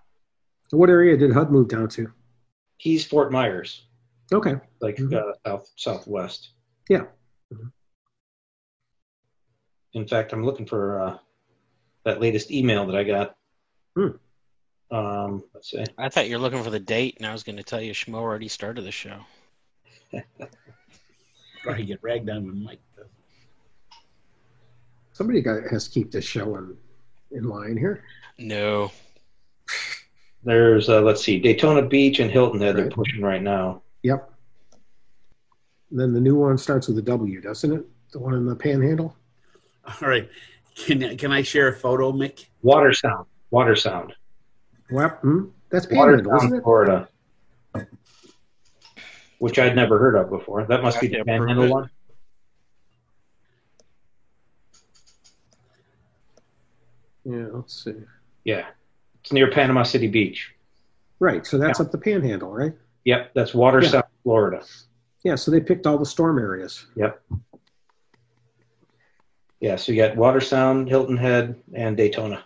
Speaker 3: What area did HUD move down to?
Speaker 4: He's Fort Myers,
Speaker 3: Okay,
Speaker 4: like
Speaker 3: Mhm.
Speaker 4: uh, south southwest. Mm-hmm.
Speaker 3: Yeah.
Speaker 4: In fact, I'm looking for uh, that latest email that I got.
Speaker 3: Hmm.
Speaker 4: Um, let's see.
Speaker 2: I thought you were looking for the date, and I was going to tell you Schmo already started the show.
Speaker 5: Probably get ragged on when Mike does.
Speaker 3: somebody got has to keep this show in in line here.
Speaker 2: No,
Speaker 4: There's uh, let's see, Daytona Beach and Hilton Head. They're
Speaker 3: Right.
Speaker 4: pushing right now.
Speaker 3: Yep. Then the new one starts with a W, doesn't it? The one in the Panhandle.
Speaker 5: All right. Can, can I share a photo, Mick?
Speaker 4: Water Sound, Water Sound,
Speaker 3: Well, hmm? that's
Speaker 4: Water
Speaker 3: Panhandle, isn't
Speaker 4: Sound,
Speaker 3: it?
Speaker 4: Florida, which I'd never heard of before. That must be the
Speaker 2: Yeah,
Speaker 4: Panhandle
Speaker 2: perfect.
Speaker 4: one.
Speaker 3: Yeah, let's see.
Speaker 4: Yeah, it's near Panama City Beach.
Speaker 3: Right, so that's up the Panhandle, right?
Speaker 4: Yep, that's Water
Speaker 3: Yeah.
Speaker 4: Sound, Florida.
Speaker 3: Yeah, so they picked all the storm areas.
Speaker 4: Yeah, so you got Water Sound, Hilton Head, and Daytona.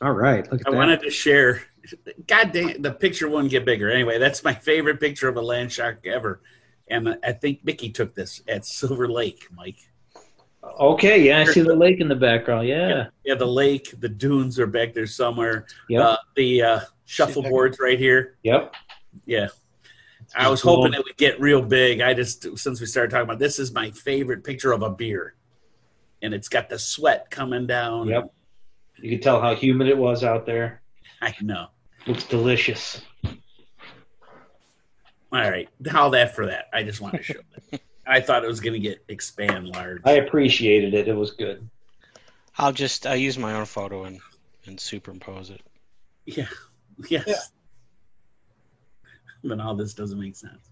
Speaker 3: All right, look at
Speaker 5: I
Speaker 3: that.
Speaker 5: wanted to share. God dang it, the picture wouldn't get bigger. Anyway, that's my favorite picture of a land shark ever. And I think Mickey took this at Silver Lake, Mike.
Speaker 4: Okay, yeah, I see the lake in the background. Yeah,
Speaker 5: Yeah, the lake, the dunes are back there somewhere.
Speaker 4: yep,
Speaker 5: Uh, the uh, shuffleboard's right here.
Speaker 4: yep.
Speaker 5: Yeah. I was hoping it would get real big. I just, since we started talking about this, is my favorite picture of a beer. And it's got the sweat coming down.
Speaker 4: Yep. You can tell how humid it was out there.
Speaker 5: I know.
Speaker 4: Looks delicious.
Speaker 5: All right. All that for that. I just wanted to show that. I thought it was going to get expand large.
Speaker 4: I appreciated it. It was good.
Speaker 2: I'll just I'll use my own photo and and superimpose it.
Speaker 5: Yeah. Yes. Then all this doesn't make sense.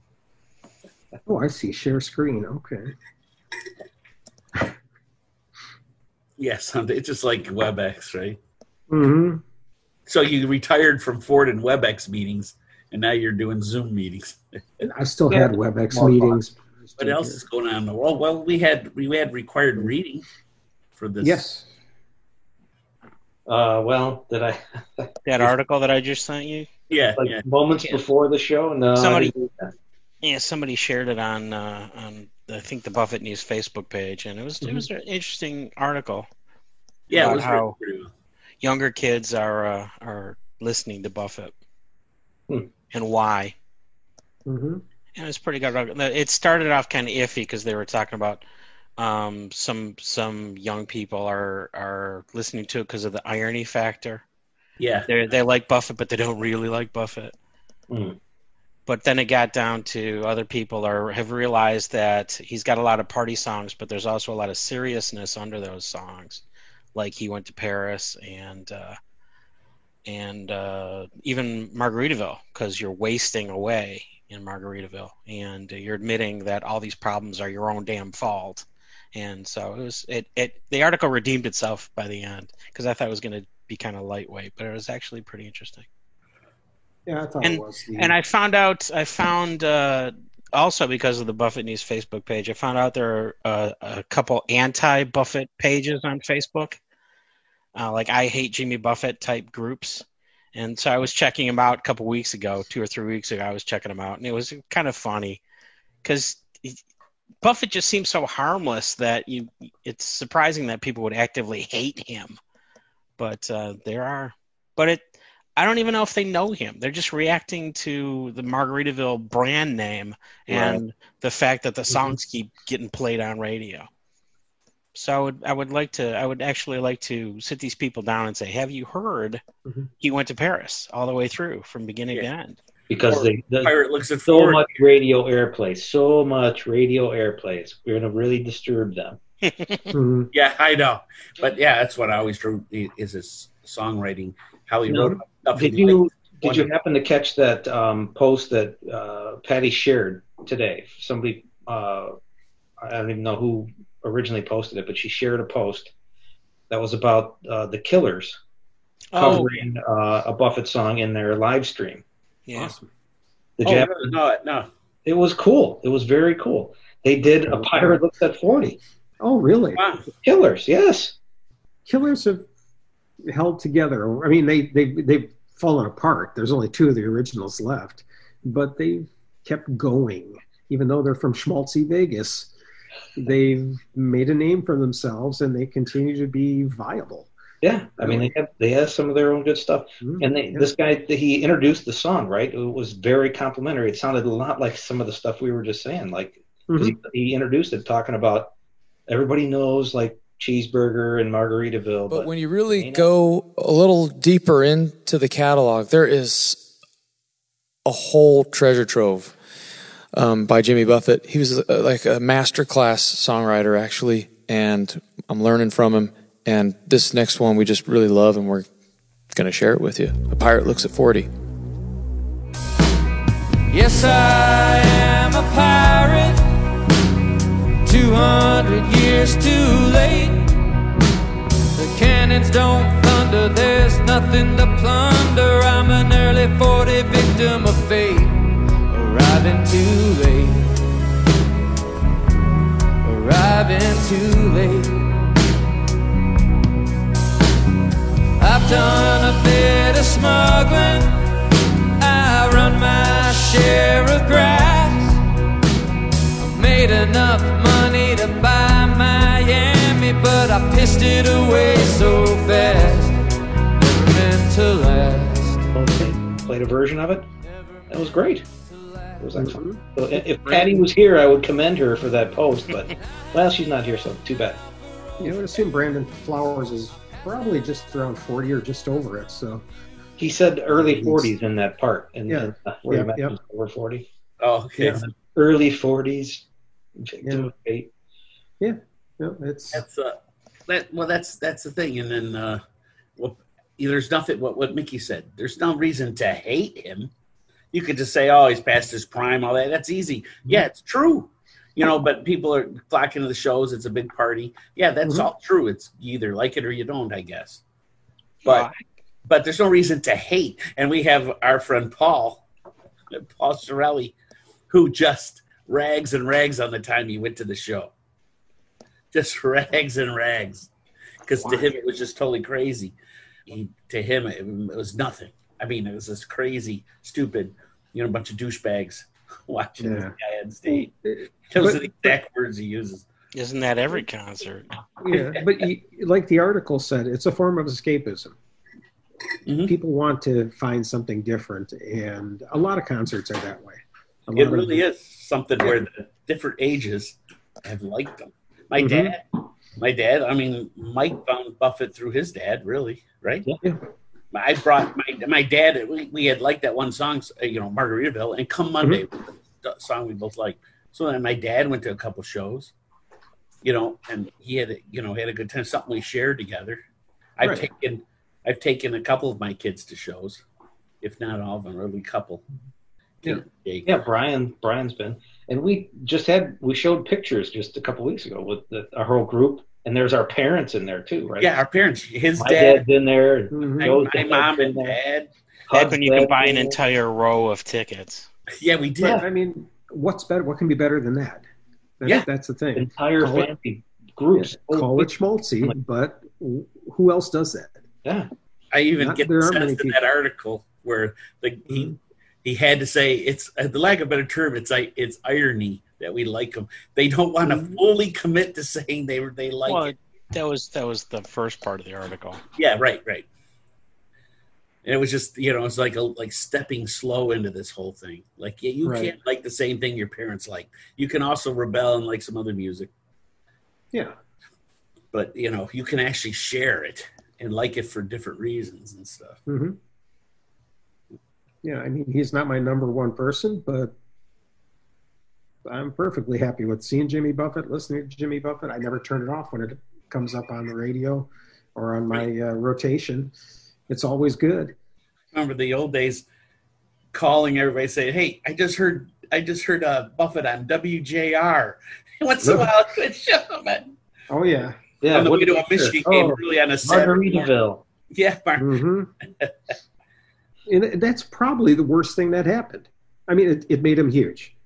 Speaker 3: Oh, I see. Share screen. Okay.
Speaker 5: Yeah, something. It's just like WebEx, right?
Speaker 3: hmm
Speaker 5: So you retired from Ford and WebEx meetings, and now you're doing Zoom meetings.
Speaker 3: I still had WebEx
Speaker 4: More fun.
Speaker 3: meetings.
Speaker 5: What else is going on in the world? Well, we had we had required reading for this.
Speaker 3: Yes.
Speaker 4: Uh, well, did I
Speaker 2: That article that I just sent you.
Speaker 5: Yeah.
Speaker 4: like
Speaker 5: yeah.
Speaker 4: moments
Speaker 2: Yeah.
Speaker 4: before the show? No. I
Speaker 2: Somebody-
Speaker 4: didn't do that.
Speaker 2: Yeah, somebody shared it on uh, on I think the Buffett News Facebook page, and it was it was an interesting article.
Speaker 1: Yeah,
Speaker 2: About
Speaker 1: it was
Speaker 2: how-
Speaker 1: really pretty.
Speaker 2: Younger kids are uh, are listening to Buffett,
Speaker 4: Hmm.
Speaker 2: and why?
Speaker 3: Mm-hmm.
Speaker 2: And it's pretty good. It started off kind of iffy because they were talking about um, some some young people are are listening to it because of the irony factor.
Speaker 1: Yeah,
Speaker 2: They they like Buffett, but they don't really like Buffett.
Speaker 4: Mm.
Speaker 2: But then it got down to other people are have realized that he's got a lot of party songs, but there's also a lot of seriousness under those songs, like he went to Paris and uh, and uh, even Margaritaville, because you're wasting away in Margaritaville, and you're admitting that all these problems are your own damn fault. And so it was it, it the article redeemed itself by the end because I thought it was going to be kind of lightweight, but it was actually pretty interesting.
Speaker 3: Yeah, I thought it was. The,
Speaker 2: And I found out, I found uh, also because of the Buffett News Facebook page, I found out there are uh, a couple anti Buffett pages on Facebook, uh, like I hate Jimmy Buffett type groups. And so I was checking them out a couple weeks ago, two or three weeks ago, I was checking them out, and it was kind of funny because Buffett just seems so harmless that you, it's surprising that people would actively hate him. But uh, there are, but it, I don't even know if they know him. They're just reacting to the Margaritaville brand name and the fact that the songs keep getting played on radio. So I would, I would like to, I would actually like to sit these people down and say, have you heard
Speaker 3: Mhm.
Speaker 2: he went to Paris all the way through from beginning to end?
Speaker 4: because
Speaker 1: Or
Speaker 4: they, they
Speaker 1: pirate looks at
Speaker 4: so
Speaker 1: forward.
Speaker 4: much radio airplay, so much radio airplay. We're gonna really disturb them.
Speaker 3: Mhm.
Speaker 1: Yeah, I know, but yeah, that's what I always drew is his songwriting. How he
Speaker 4: No.
Speaker 1: wrote stuff.
Speaker 4: Did
Speaker 1: he liked.
Speaker 4: you did you happen to catch that um, post that uh, Patty shared today? Somebody uh, I don't even know who originally posted it, but she shared a post that was about uh, the Killers
Speaker 2: Oh,
Speaker 4: covering uh, a Buffett song in their live stream.
Speaker 2: yeah.
Speaker 1: Awesome.
Speaker 4: Did
Speaker 1: Oh,
Speaker 4: you
Speaker 1: no,
Speaker 4: happen-
Speaker 1: no, no.
Speaker 4: It was cool. It was very cool. They did a pirate looks at forty.
Speaker 3: Oh, really?
Speaker 1: Wow.
Speaker 4: Killers, yes.
Speaker 3: Killers have held together. I mean, they they they've fallen apart. There's only two of the originals left, but they've kept going, even though they're from schmaltzy Vegas. They've made a name for themselves, and they continue to be viable.
Speaker 4: Yeah, I mean they have they have some of their own good stuff.
Speaker 3: Mhm.
Speaker 4: And they, this guy, he introduced the song, right? It was very complimentary. It sounded a lot like some of the stuff we were just saying. Like 'cause
Speaker 3: Mm-hmm.
Speaker 4: he- he, introduced it, talking about everybody knows like cheeseburger and Margaritaville, but,
Speaker 6: But when you
Speaker 4: may
Speaker 6: really
Speaker 4: not-
Speaker 6: go a little deeper into the catalog, there is a whole treasure trove um, by Jimmy Buffett. He was uh, like a master class songwriter, actually, and I'm learning from him. And this next one we just really love, and we're going to share it with you. A pirate looks at 40.
Speaker 7: Yes, I am a pirate. 200 years too late. The cannons don't thunder, there's nothing to plunder. I'm an early 40 victim of fate. Arriving too late. Arriving too late. I've done a bit of smuggling. I run my share of grass. I made enough money to buy Miami, but I pissed it away so fast. Never meant to last.
Speaker 4: Okay, played a version of it. That was great. It was excellent.
Speaker 3: Mm-hmm.
Speaker 4: So i- if
Speaker 1: Great.
Speaker 4: Patty was here, I would commend her for that post, but well, she's not here, so too bad.
Speaker 3: You would assume Brandon Flowers is probably just around 40 or just over it. So,
Speaker 4: He said early 40s in that part, and
Speaker 3: Yeah.
Speaker 4: uh, where
Speaker 3: Yep,
Speaker 4: you mentioned
Speaker 3: yep.
Speaker 4: over 40,
Speaker 1: Oh, okay.
Speaker 3: Yeah.
Speaker 4: early 40s, victim
Speaker 3: Yeah.
Speaker 4: of fate.
Speaker 3: yeah, it's
Speaker 1: That's uh, that. Well, that's that's the thing. And then, uh, well, yeah, there's nothing. What what Mickey said. There's no reason to hate him. You could just say, "Oh, he's past his prime." All that. That's easy.
Speaker 7: Mm-hmm.
Speaker 1: Yeah, it's true. You know, but people are flocking to the shows. It's a big party. Yeah, that's
Speaker 7: Mm-hmm.
Speaker 3: Mhm.
Speaker 1: all true. It's you either like it or you don't, I guess. But but there's no reason to hate. And we have our friend Paul, Paul Shirelli, who just rags and rags on the time he went to the show. Just rags and rags. Because to him, it was just totally crazy. He, to him, it, it was nothing. I mean, it was this crazy, stupid, you know, bunch of douchebags.
Speaker 5: watching this
Speaker 3: Yeah.
Speaker 5: guy on stage.
Speaker 3: It-
Speaker 5: Those
Speaker 3: but-
Speaker 5: are the exact words he uses.
Speaker 2: Isn't that every concert?
Speaker 3: yeah, but you, like the article said, it's a form of escapism.
Speaker 5: Mhm.
Speaker 3: People want to find something different, and a lot of concerts are that way. A lot
Speaker 5: It
Speaker 3: of-
Speaker 5: really is something where the different ages have liked them. My
Speaker 3: Mhm.
Speaker 5: dad, my dad. I mean, Mike found Buffett through his dad, really, right?
Speaker 3: Yeah.
Speaker 5: I brought my my dad. We, we had liked that one song, uh, you know, Margaritaville, and Come Monday, the song we both liked. So then my dad went to a couple shows, you know, and he had a, you know had a good time. Something we shared together. I've
Speaker 3: Right.
Speaker 5: taken I've taken a couple of my kids to shows, if not all of them, or at least a couple.
Speaker 3: Yeah.
Speaker 5: Jake.
Speaker 4: Yeah, Brian. Brian's been, and we just had we showed pictures just a couple weeks ago with the, our whole group, and there's our parents in there too, right?
Speaker 5: Yeah, our parents. His
Speaker 4: my
Speaker 5: dad,
Speaker 4: dad's in there. and
Speaker 3: Mhm.
Speaker 5: my,
Speaker 4: Joe's
Speaker 5: my
Speaker 4: dad's
Speaker 5: mom,
Speaker 4: in
Speaker 5: and
Speaker 4: there.
Speaker 5: dad.
Speaker 2: Back when you
Speaker 4: Hud's
Speaker 2: can buy
Speaker 4: dad's
Speaker 2: an
Speaker 4: in there.
Speaker 2: entire row of tickets.
Speaker 5: Yeah, we did.
Speaker 3: But, I mean, what's better? What can be better than that? That's,
Speaker 5: Yeah.
Speaker 3: that's the thing.
Speaker 4: entire
Speaker 3: Call it-
Speaker 4: family groups.
Speaker 3: Yeah, call it schmaltzy, but who else does that?
Speaker 4: Yeah.
Speaker 5: I even
Speaker 3: Not-
Speaker 5: get
Speaker 3: there
Speaker 5: the
Speaker 3: aren't
Speaker 5: sense
Speaker 3: many
Speaker 5: in
Speaker 3: people.
Speaker 5: that article where the he he had to say it's uh, the lack of a better term. It's like it's irony that we like them. They don't want to
Speaker 3: Mhm.
Speaker 5: fully commit to saying they were they like.
Speaker 2: well,
Speaker 5: it.
Speaker 2: that was that was the first part of the article.
Speaker 5: Yeah, right, right. And it was just you know it's like a like stepping slow into this whole thing. Like yeah, you
Speaker 3: Right.
Speaker 5: can't like the same thing your parents like. You can also rebel and like some other music.
Speaker 3: Yeah.
Speaker 5: but you know you can actually share it and like it for different reasons and stuff
Speaker 3: hmm Yeah, I mean, he's not my number one person, but I'm perfectly happy with seeing Jimmy Buffett, listening to Jimmy Buffett. I never turn it off when it comes up on the radio or on my uh, rotation. It's always good.
Speaker 5: remember the old days calling everybody saying hey i just heard i just heard uh, buffett on wjr once in a while good show man
Speaker 3: Oh, yeah.
Speaker 4: Yeah.
Speaker 5: on the
Speaker 4: what
Speaker 5: way to a
Speaker 4: picture.
Speaker 5: michigan
Speaker 4: Oh,
Speaker 5: game really on a saturday
Speaker 4: Margaritaville.
Speaker 5: yeah Mar-
Speaker 3: hmm and that's probably the worst thing that happened. I mean, it, it made him huge,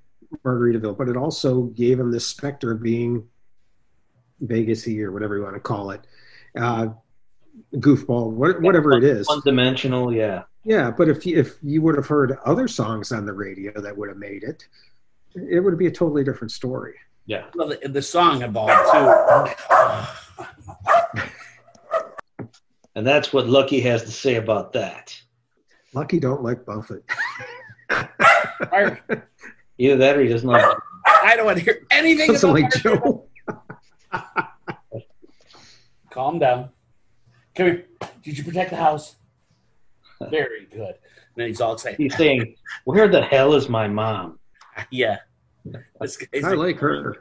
Speaker 3: Margaritaville, but it also gave him this specter of being Vegasy or whatever you want to call it, uh, goofball, what, whatever it is.
Speaker 4: One dimensional. Yeah.
Speaker 3: Yeah, but if you, if you would have heard other songs on the radio that would have made it, it would be a totally different story.
Speaker 4: Yeah.
Speaker 5: well, the, the song evolved too
Speaker 4: And that's what Lucky has to say about that.
Speaker 3: Lucky don't like Buffett.
Speaker 5: Mar-
Speaker 4: Either that or he doesn't like.
Speaker 5: i don't want to hear anything
Speaker 3: Doesn't
Speaker 5: about
Speaker 3: like
Speaker 5: Mar-
Speaker 3: Joe.
Speaker 5: calm down come here did you protect the house very good and then he's all excited
Speaker 4: He's saying, "Where the hell is my mom?"
Speaker 5: Yeah. This guy's
Speaker 3: I like her.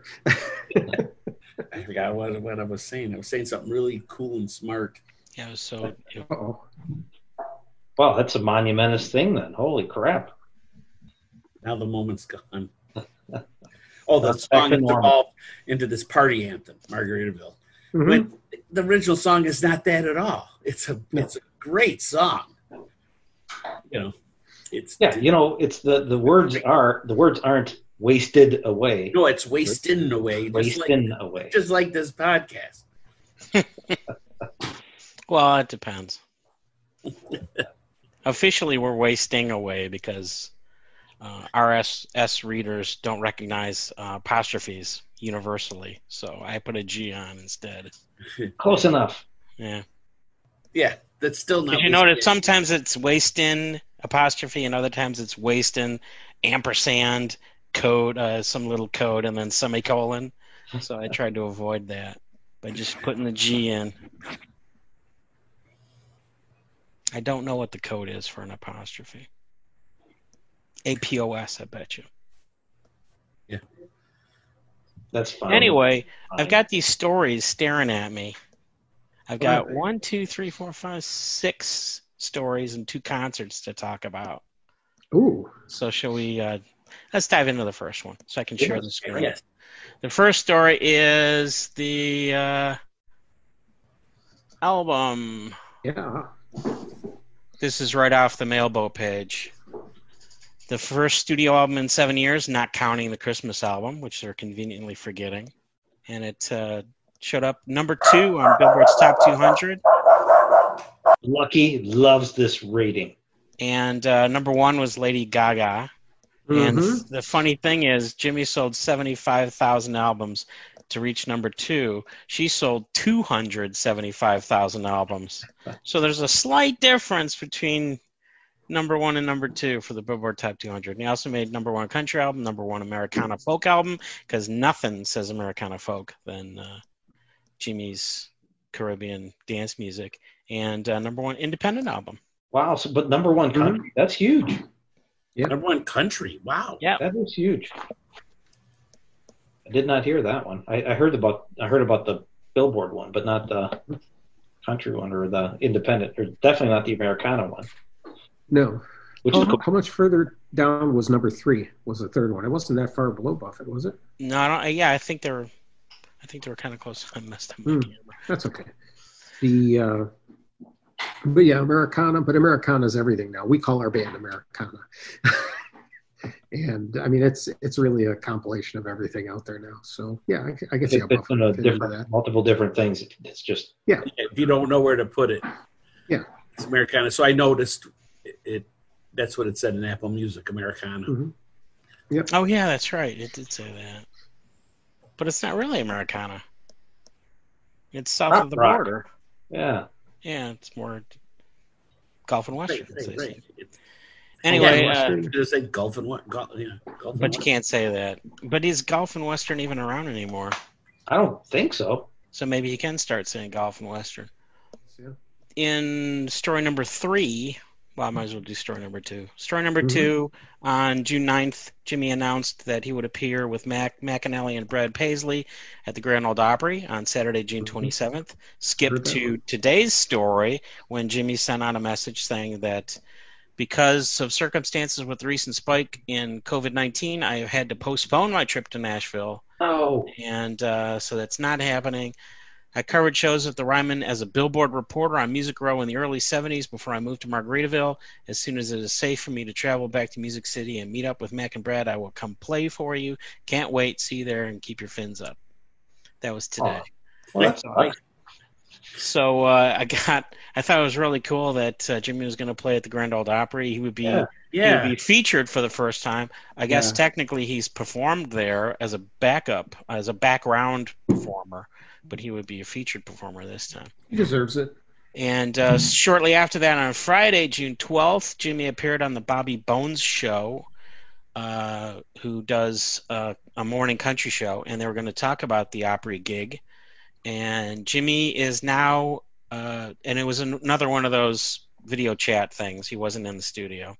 Speaker 5: I forgot what, what I was saying. I was saying something really cool and smart.
Speaker 2: Yeah, it was so it-
Speaker 3: Uh-oh.
Speaker 4: Wow, that's a monumentous thing. Then, holy crap!
Speaker 5: Now the moment's gone. Oh, the
Speaker 4: That's back
Speaker 5: song
Speaker 4: to normal.
Speaker 5: evolved into this party anthem, Margaritaville.
Speaker 3: Mhm.
Speaker 5: But the original song is not that at all. It's a
Speaker 3: No.
Speaker 5: it's a great song. You know, it's
Speaker 4: Yeah, you know, it's the the words are the words aren't wasted away.
Speaker 5: no, it's wasting away. Just like,
Speaker 4: Wasting away.
Speaker 5: just like this podcast.
Speaker 2: well, it depends. Officially, we're wasting away because uh, RSS readers don't recognize uh, apostrophes universally, so I put a G on instead.
Speaker 4: Close enough.
Speaker 2: Yeah.
Speaker 5: Yeah, that's still not.
Speaker 2: Did you notice
Speaker 5: wasted.
Speaker 2: sometimes it's wasting apostrophe and other times it's wasting ampersand code, uh, some little code, and then semicolon? So I tried to avoid that by just putting the G in. I don't know what the code is for an apostrophe. APOS, I bet you.
Speaker 4: That's fine.
Speaker 2: Anyway,
Speaker 4: Fine.
Speaker 2: I've got these stories staring at me. I've got
Speaker 3: Alright.
Speaker 2: one, two, three, four, five, six stories and two concerts to talk about.
Speaker 3: Ooh.
Speaker 2: So shall we? Uh, let's dive into the first one, so I can share the screen.
Speaker 5: Yes.
Speaker 2: The first story is the uh, album.
Speaker 3: Yeah.
Speaker 2: This is right off the Mailboat page. The first studio album in seven years, not counting the Christmas album, which they're conveniently forgetting, and it uh, showed up number two on Billboard's Top 200
Speaker 4: Lucky loves this rating.
Speaker 2: And uh, number one was Lady Gaga. And
Speaker 5: Mm-hmm.
Speaker 2: the funny thing is, Jimmy sold 75,000 albums to reach number two. She sold 275,000 albums. So there's a slight difference between number one and number two for the Billboard Top 200. And he also made number one country album, number one Americana folk album, because nothing says Americana folk than uh, Jimmy's Caribbean dance music, and uh, number one independent album.
Speaker 4: Wow. So, but number
Speaker 5: Mm-hmm.
Speaker 4: one country, that's huge.
Speaker 1: Number one country. Wow.
Speaker 2: Yeah.
Speaker 4: That is huge. I did not hear that one. I, I heard about I heard about the Billboard one, but not the country one or the independent, or definitely not the Americana one.
Speaker 3: No.
Speaker 4: Which
Speaker 3: How,
Speaker 5: Uh-huh.
Speaker 4: is cool.
Speaker 3: how much further down was number three? Was the third one? It wasn't that far below Buffett, was it?
Speaker 2: No, I don't. Yeah, I think they were. I think they were kind of close. I messed up my
Speaker 3: Hmm.
Speaker 2: camera.
Speaker 3: That's okay. The uh, but yeah, Americana. But Americana is everything now. We call our band Americana, and I mean it's it's really a compilation of everything out there now. So yeah, I, c- I guess
Speaker 4: It's
Speaker 3: yeah,
Speaker 4: on a
Speaker 3: that.
Speaker 4: different, multiple different things. It's just
Speaker 1: If you don't know where to put it.
Speaker 3: Yeah.
Speaker 1: It's Americana. So I noticed it, it that's what it said in Apple Music, Americana.
Speaker 3: Mhm.
Speaker 2: Oh yeah, that's right. It did say that. But it's not really Americana. It's south
Speaker 4: Pop
Speaker 2: of the
Speaker 4: rock.
Speaker 2: border.
Speaker 4: yeah.
Speaker 2: Yeah, it's more Gulf and
Speaker 1: Right,
Speaker 2: Western.
Speaker 1: right,
Speaker 2: it's-
Speaker 1: right. It-
Speaker 2: Anyway,
Speaker 1: Yeah,
Speaker 2: uh,
Speaker 1: Western, there's a Gulf and what? Gulf, yeah, Gulf and
Speaker 2: but you
Speaker 1: Wa-
Speaker 2: can't say that. But is Gulf and Western even around anymore?
Speaker 4: I don't think so.
Speaker 2: So maybe you can start saying Gulf and Western.
Speaker 3: Yeah.
Speaker 2: In story number three, well, I might as well do story number two. Story number
Speaker 3: Mhm.
Speaker 2: two, on June 9th, Jimmy announced that he would appear with Mac McAnally and Brad Paisley at the Grand Ole Opry on Saturday, June
Speaker 3: Mhm.
Speaker 2: 27th. Skip
Speaker 3: Heard that
Speaker 2: to
Speaker 3: one.
Speaker 2: today's story when Jimmy sent out a message saying that because of circumstances with the recent spike in COVID 19, I have had to postpone my trip to Nashville
Speaker 4: Oh,
Speaker 2: and uh, so that's not happening. I covered shows at the Ryman as a Billboard reporter on Music Row in the early 70s before I moved to Margaritaville. As soon as it is safe for me to travel back to Music City and meet up with Mac and Brad, I will come play for you. Can't wait. See you there and keep your fins up. That was today.
Speaker 4: well, that's
Speaker 1: Nice.
Speaker 2: So uh, I got, I thought it was really cool that uh, Jimmy was going to play at the Grand Old Opry. He would be
Speaker 4: Yeah.
Speaker 1: Yeah.
Speaker 2: he'll be featured for the first time. I guess
Speaker 4: Yeah.
Speaker 2: technically he's performed there as a backup, as a background performer, but he would be a featured performer this time.
Speaker 3: He deserves it.
Speaker 2: And uh, shortly after that, on Friday, June 12th, Jimmy appeared on the Bobby Bones show, uh, who does uh, a morning country show, and they were going to talk about the Opry gig. And Jimmy is now, uh, and it was an- another one of those video chat things. He wasn't in the studio.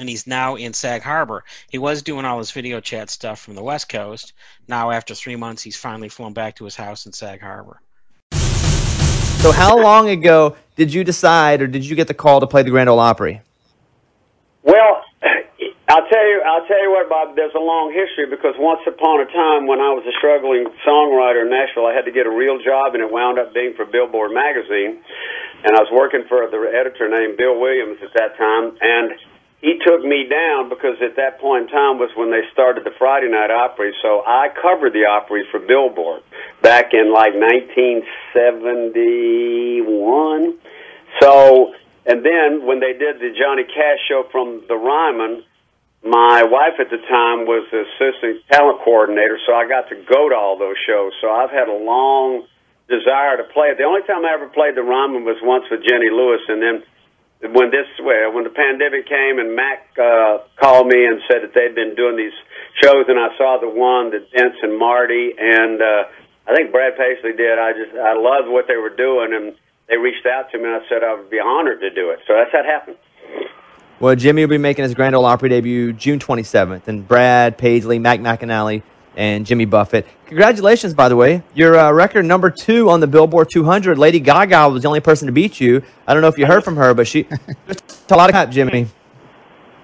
Speaker 2: And he's now in Sag Harbor. He was doing all his video chat stuff from the West Coast. Now, after three months, he's finally flown back to his house in Sag Harbor.
Speaker 8: So, how long ago did you decide, or did you get the call to play the Grand Ole Opry?
Speaker 9: Well, I'll tell you, I'll tell you what, Bob. There's a long history because once upon a time, when I was a struggling songwriter in Nashville, I had to get a real job, and it wound up being for Billboard magazine. And I was working for the editor named Bill Williams at that time, and he took me down because at that point in time was when they started the Friday Night Opry. So I covered the Opry for Billboard back in like 1971. So, and then when they did the Johnny Cash show from the Ryman, my wife at the time was the assistant talent coordinator, so I got to go to all those shows. So I've had a long desire to play it. The only time I ever played the Ryman was once with Jenny Lewis, and then when this well, when the pandemic came and Mac uh, called me and said that they'd been doing these shows and I saw the one that Vince and Marty and uh, I think Brad Paisley did. I just I loved what they were doing and they reached out to me and I said I would be honored to do it. So that's how it happened.
Speaker 8: Well, Jimmy will be making his Grand Ole Opry debut June 27th, and Brad Paisley, Mac McAnally, and Jimmy Buffett. Congratulations, by the way. Your uh, record number two on the Billboard 200. Lady Gaga was the only person to beat you. I don't know if you heard from her, but she just a lot of crap, Jimmy.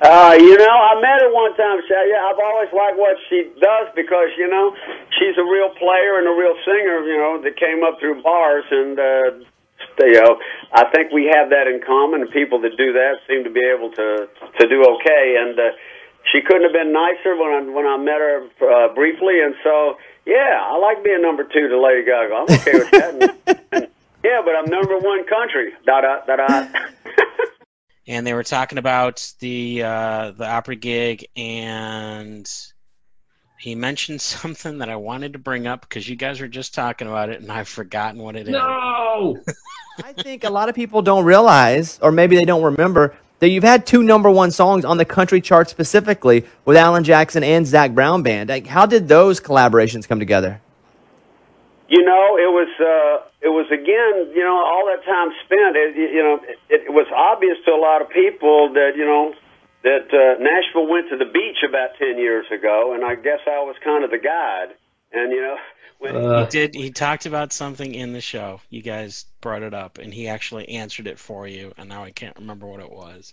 Speaker 9: Uh, you know, I met her one time. She, yeah, I've always liked what she does because you know she's a real player and a real singer. You know, that came up through bars and uh, you know, I think we have that in common. And people that do that seem to be able to to do okay. And uh, she couldn't have been nicer when I when I met her uh, briefly. And so, yeah, I like being number two to Lady Gaga. I'm okay with that. And, yeah, but I'm number one country. Da da da da.
Speaker 2: and they were talking about the uh, the opera gig, and he mentioned something that I wanted to bring up because you guys were just talking about it, and I've forgotten what it is.
Speaker 4: No.
Speaker 8: I think a lot of people don't realize, or maybe they don't remember, that you've had two number one songs on the country chart specifically with Alan Jackson and Zach Brown Band. Like, how did those collaborations come together?
Speaker 9: You know, it was uh, it was again, you know, all that time spent. It, it- you know, it, it was obvious to a lot of people that you know that uh, Nashville went to the beach about ten years ago, and I guess I was kind of the guide. And you know, when,
Speaker 2: He
Speaker 4: Uh,
Speaker 2: did. He talked about something in the show. You guys brought it up, and he actually answered it for you. And now I can't remember what it was.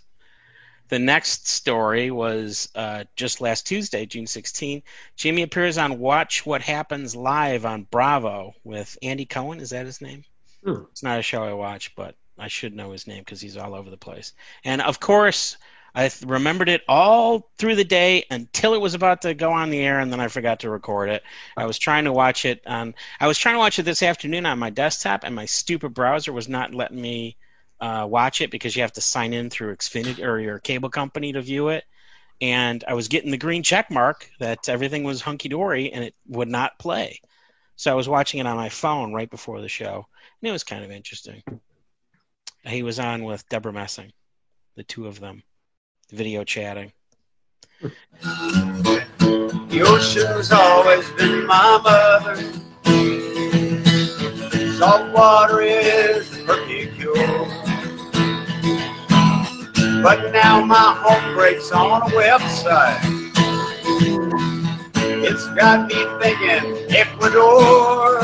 Speaker 2: The next story was uh, just last Tuesday, June 16. Jimmy appears on Watch What Happens Live on Bravo with Andy Cohen. Is that his name?
Speaker 3: Hmm.
Speaker 2: It's not a show I watch, but I should know his name because he's all over the place. And of course, I th- remembered it all through the day until it was about to go on the air, and then I forgot to record it. I was trying to watch it on. I was trying to watch it this afternoon on my desktop, and my stupid browser was not letting me uh, watch it because you have to sign in through Xfinity or your cable company to view it. And I was getting the green check mark that everything was hunky dory, and it would not play. So I was watching it on my phone right before the show, and it was kind of interesting. He was on with Deborah Messing, the two of them, video chatting.
Speaker 10: The ocean's always been my mother. Salt water is perfect cure. But now my home breaks on a website. It's got me thinking Ecuador.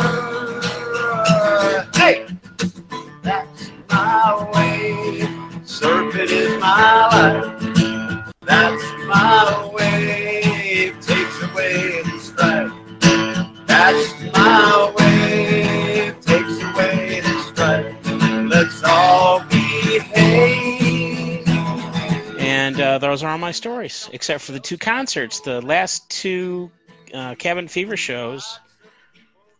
Speaker 10: Hey, that's my way. Surfing is my life. That's my wave, takes away the strife. That's my wave, takes away the strife. Let's all behave.
Speaker 2: And uh, those are all my stories, except for the two concerts. The last two uh, Cabin Fever shows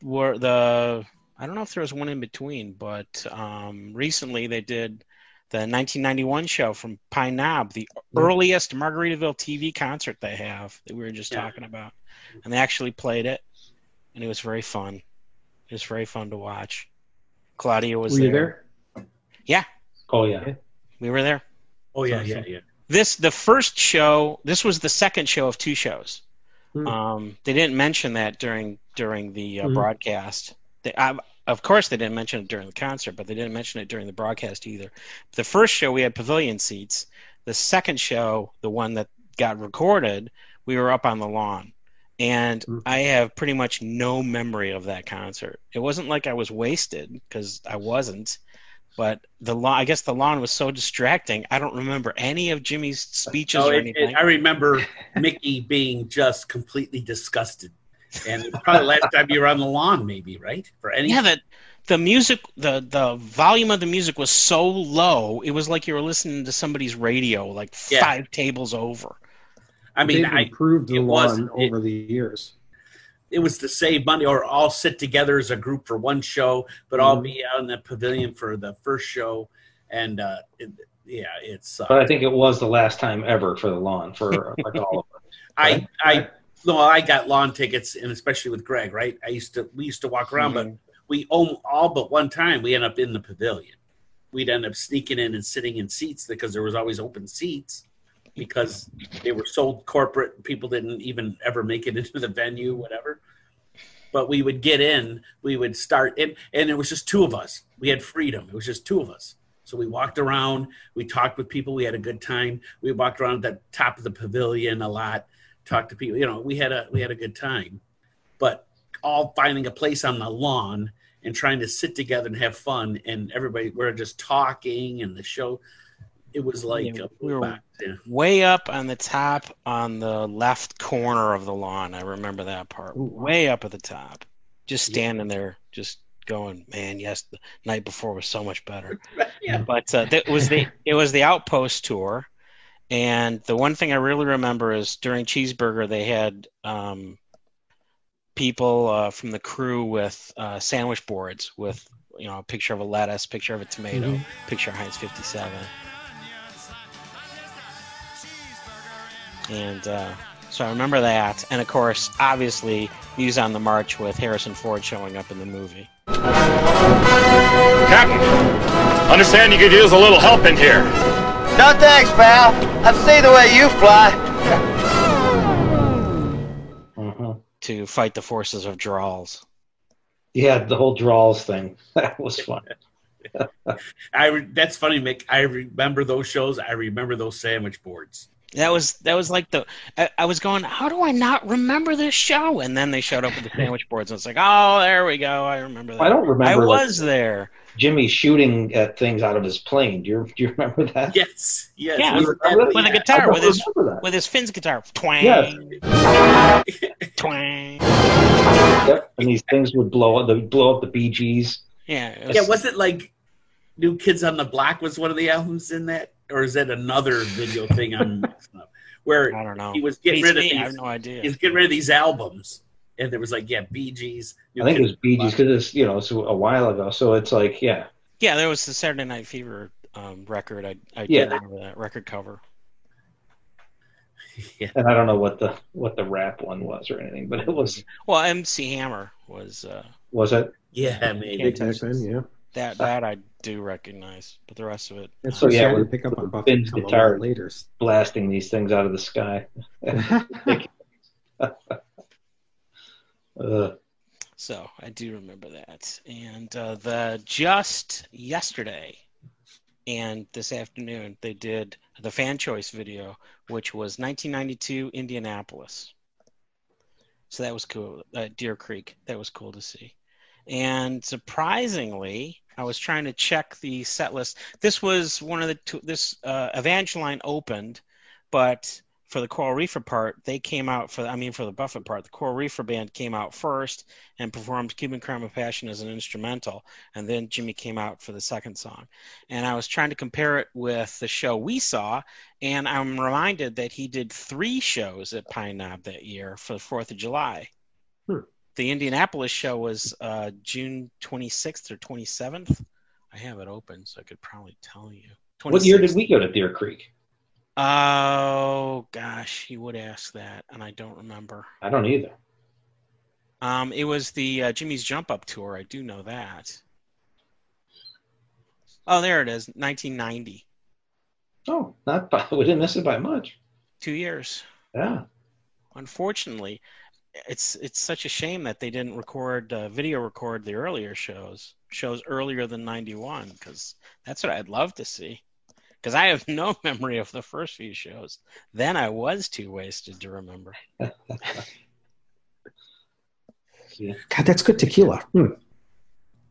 Speaker 2: were the. I don't know if there was one in between, but um, recently they did the 1991 show from Pine Knob, the
Speaker 3: Hmm.
Speaker 2: earliest Margaritaville TV concert they have that we were just
Speaker 1: Yeah.
Speaker 2: talking about. And they actually played it, and it was very fun. It was very fun to watch. Claudia was
Speaker 3: Were you there?
Speaker 4: Oh yeah.
Speaker 2: We were there.
Speaker 1: Oh yeah, yeah, yeah.
Speaker 2: this the first show this was the second show of two shows
Speaker 3: Hmm.
Speaker 2: um, they didn't mention that during during the uh,
Speaker 3: Mhm.
Speaker 2: broadcast they, I, of course they didn't mention it during the concert but they didn't mention it during the broadcast either the first show we had pavilion seats the second show the one that got recorded we were up on the lawn and
Speaker 3: Mhm.
Speaker 2: i have pretty much no memory of that concert it wasn't like i was wasted because i wasn't but the lawn i guess the lawn was so distracting i don't remember any of jimmy's speeches
Speaker 1: No,
Speaker 2: or
Speaker 1: it- it-
Speaker 2: anything
Speaker 1: I remember Mickey being just completely disgusted, and it's probably the last time you were on the lawn, maybe right for any.
Speaker 2: yeah that the music the the volume of the music was so low it was like you were listening to somebody's radio like
Speaker 1: Yeah.
Speaker 2: five tables over
Speaker 1: I mean,
Speaker 3: They've
Speaker 1: I,
Speaker 3: improved the
Speaker 1: it was-
Speaker 3: lawn
Speaker 1: it-
Speaker 3: over the years.
Speaker 1: it was to save money or all sit together as a group for one show, but all be out in the pavilion for the first show. And uh, it, yeah, it's. Uh,
Speaker 4: But I think it was the last time ever for the lawn for like all of us.
Speaker 1: I I no, I got lawn tickets, and especially with Greg, right? I used to we used to walk around, but we own all but one time we end up in the pavilion. We'd end up sneaking in and sitting in seats because there was always open seats because they were sold corporate. People didn't even ever make it into the venue, whatever. But we would get in, we would start, and and it was just two of us. We had freedom. It was just two of us. So we walked around, we talked with people, we had a good time. We walked around the top of the pavilion a lot, talked to people. You know, we had a we had a good time, but all finding a place on the lawn and trying to sit together and have fun, and everybody we're just talking, and the show. It was like
Speaker 2: Yeah,
Speaker 1: a
Speaker 2: we were-
Speaker 1: box, yeah.
Speaker 2: way up on the top on the left corner of the lawn. I remember that part. Way up at the top. Just standing there, just going, man, yes, the night before was so much better.
Speaker 1: Yeah.
Speaker 2: But uh, that was the it was the Outpost tour, and the one thing I really remember is during Cheeseburger they had um, people uh, from the crew with uh, sandwich boards with you know a picture of a lettuce, picture of a tomato, picture of Heinz 57. And uh, so I remember that. And of course, obviously, News on the March with Harrison Ford showing up in the movie.
Speaker 11: Captain, understand you could use a little help in here.
Speaker 12: No thanks, pal. I've seen the way you fly.
Speaker 2: To fight the forces of Drawls.
Speaker 4: Yeah, the whole draws thing. That was fun.
Speaker 1: I re- that's funny, Mick. I remember those shows. I remember those sandwich boards.
Speaker 2: That was that was like the I, I was going, how do I not remember this show? And then they showed up with the sandwich boards, and it's like, oh, there we go, I remember that.
Speaker 4: I don't remember,
Speaker 2: I
Speaker 4: like-
Speaker 2: was there.
Speaker 4: Jimmy shooting at things out of his plane. Do you, do you remember that?
Speaker 1: Yes, yes.
Speaker 2: Yeah,
Speaker 1: wasn't
Speaker 4: I
Speaker 1: that
Speaker 4: really-
Speaker 2: With a
Speaker 1: the-
Speaker 4: I
Speaker 2: guitar,
Speaker 4: don't
Speaker 2: with his
Speaker 4: remember that.
Speaker 2: with his Finn's guitar, twang,
Speaker 4: Yes.
Speaker 2: twang.
Speaker 4: Yep. And these things would blow up. They would blow up the Bee Gees.
Speaker 2: Yeah, it was,
Speaker 1: Yeah, was it like New Kids on the Block was one of the albums in that, or is that another video thing I'm mixing up? Where
Speaker 2: I don't know.
Speaker 1: he was getting
Speaker 2: Beats
Speaker 1: rid of
Speaker 2: me,
Speaker 1: these,
Speaker 2: I have no idea.
Speaker 1: he was getting rid of these albums, and there was like yeah, Bee Gees. New
Speaker 4: I think
Speaker 1: Kids
Speaker 4: it was
Speaker 1: on the
Speaker 4: Bee
Speaker 1: Block.
Speaker 4: Gees because it's you know so a while ago. So it's like yeah,
Speaker 2: Yeah, there was the Saturday Night Fever um, record. I, I
Speaker 4: Yeah.
Speaker 2: did remember that record cover.
Speaker 4: and I don't know what the what the rap one was or anything, but it was
Speaker 2: Well, MC Hammer was uh,
Speaker 4: was it.
Speaker 1: Yeah,
Speaker 2: Can't
Speaker 1: maybe.
Speaker 2: touch
Speaker 3: Back then, yeah.
Speaker 2: that. That I do recognize, but the rest of it,
Speaker 3: That's
Speaker 4: So,
Speaker 3: so
Speaker 4: Oh, yeah,
Speaker 3: yeah, to
Speaker 4: with-
Speaker 3: pick up on
Speaker 4: with
Speaker 3: Buffett
Speaker 4: Finn's
Speaker 3: until a lot
Speaker 4: guitar.
Speaker 3: later.
Speaker 4: blasting these things out of the sky. Uh,
Speaker 2: so I do remember that. And uh, the just yesterday and this afternoon they did the fan choice video, which was 1992 Indianapolis. So that was cool. Uh, Deer Creek, that was cool to see. And surprisingly, I was trying to check the set list. This was one of the two, this uh, Evangeline opened, but for the Coral Reefer part, they came out for I mean for the Buffett part, the Coral Reefer band came out first and performed Cuban Crime of Passion as an instrumental, and then Jimmy came out for the second song. And I was trying to compare it with the show we saw, and I'm reminded that he did three shows at Pine Knob that year for the Fourth of July.
Speaker 3: Hmm.
Speaker 2: The Indianapolis show was uh, June 26th or 27th. I have it open, so I could probably tell you.
Speaker 4: what year
Speaker 2: 26th.
Speaker 4: did we go to Deer Creek?
Speaker 2: Oh gosh, you would ask that, and I don't remember.
Speaker 4: I don't either.
Speaker 2: Um, it was the uh, Jimmy's Jump Up tour. I do know that. Oh, there it is, 1990.
Speaker 4: Oh, not by, we didn't miss it by much.
Speaker 2: Two years.
Speaker 4: Yeah,
Speaker 2: Unfortunately, it's it's such a shame that they didn't record uh, video record the earlier shows shows earlier than 91 because that's what I'd love to see. Because I have no memory of the first few shows. Then I was too wasted to remember.
Speaker 3: God, that's good tequila. Hmm.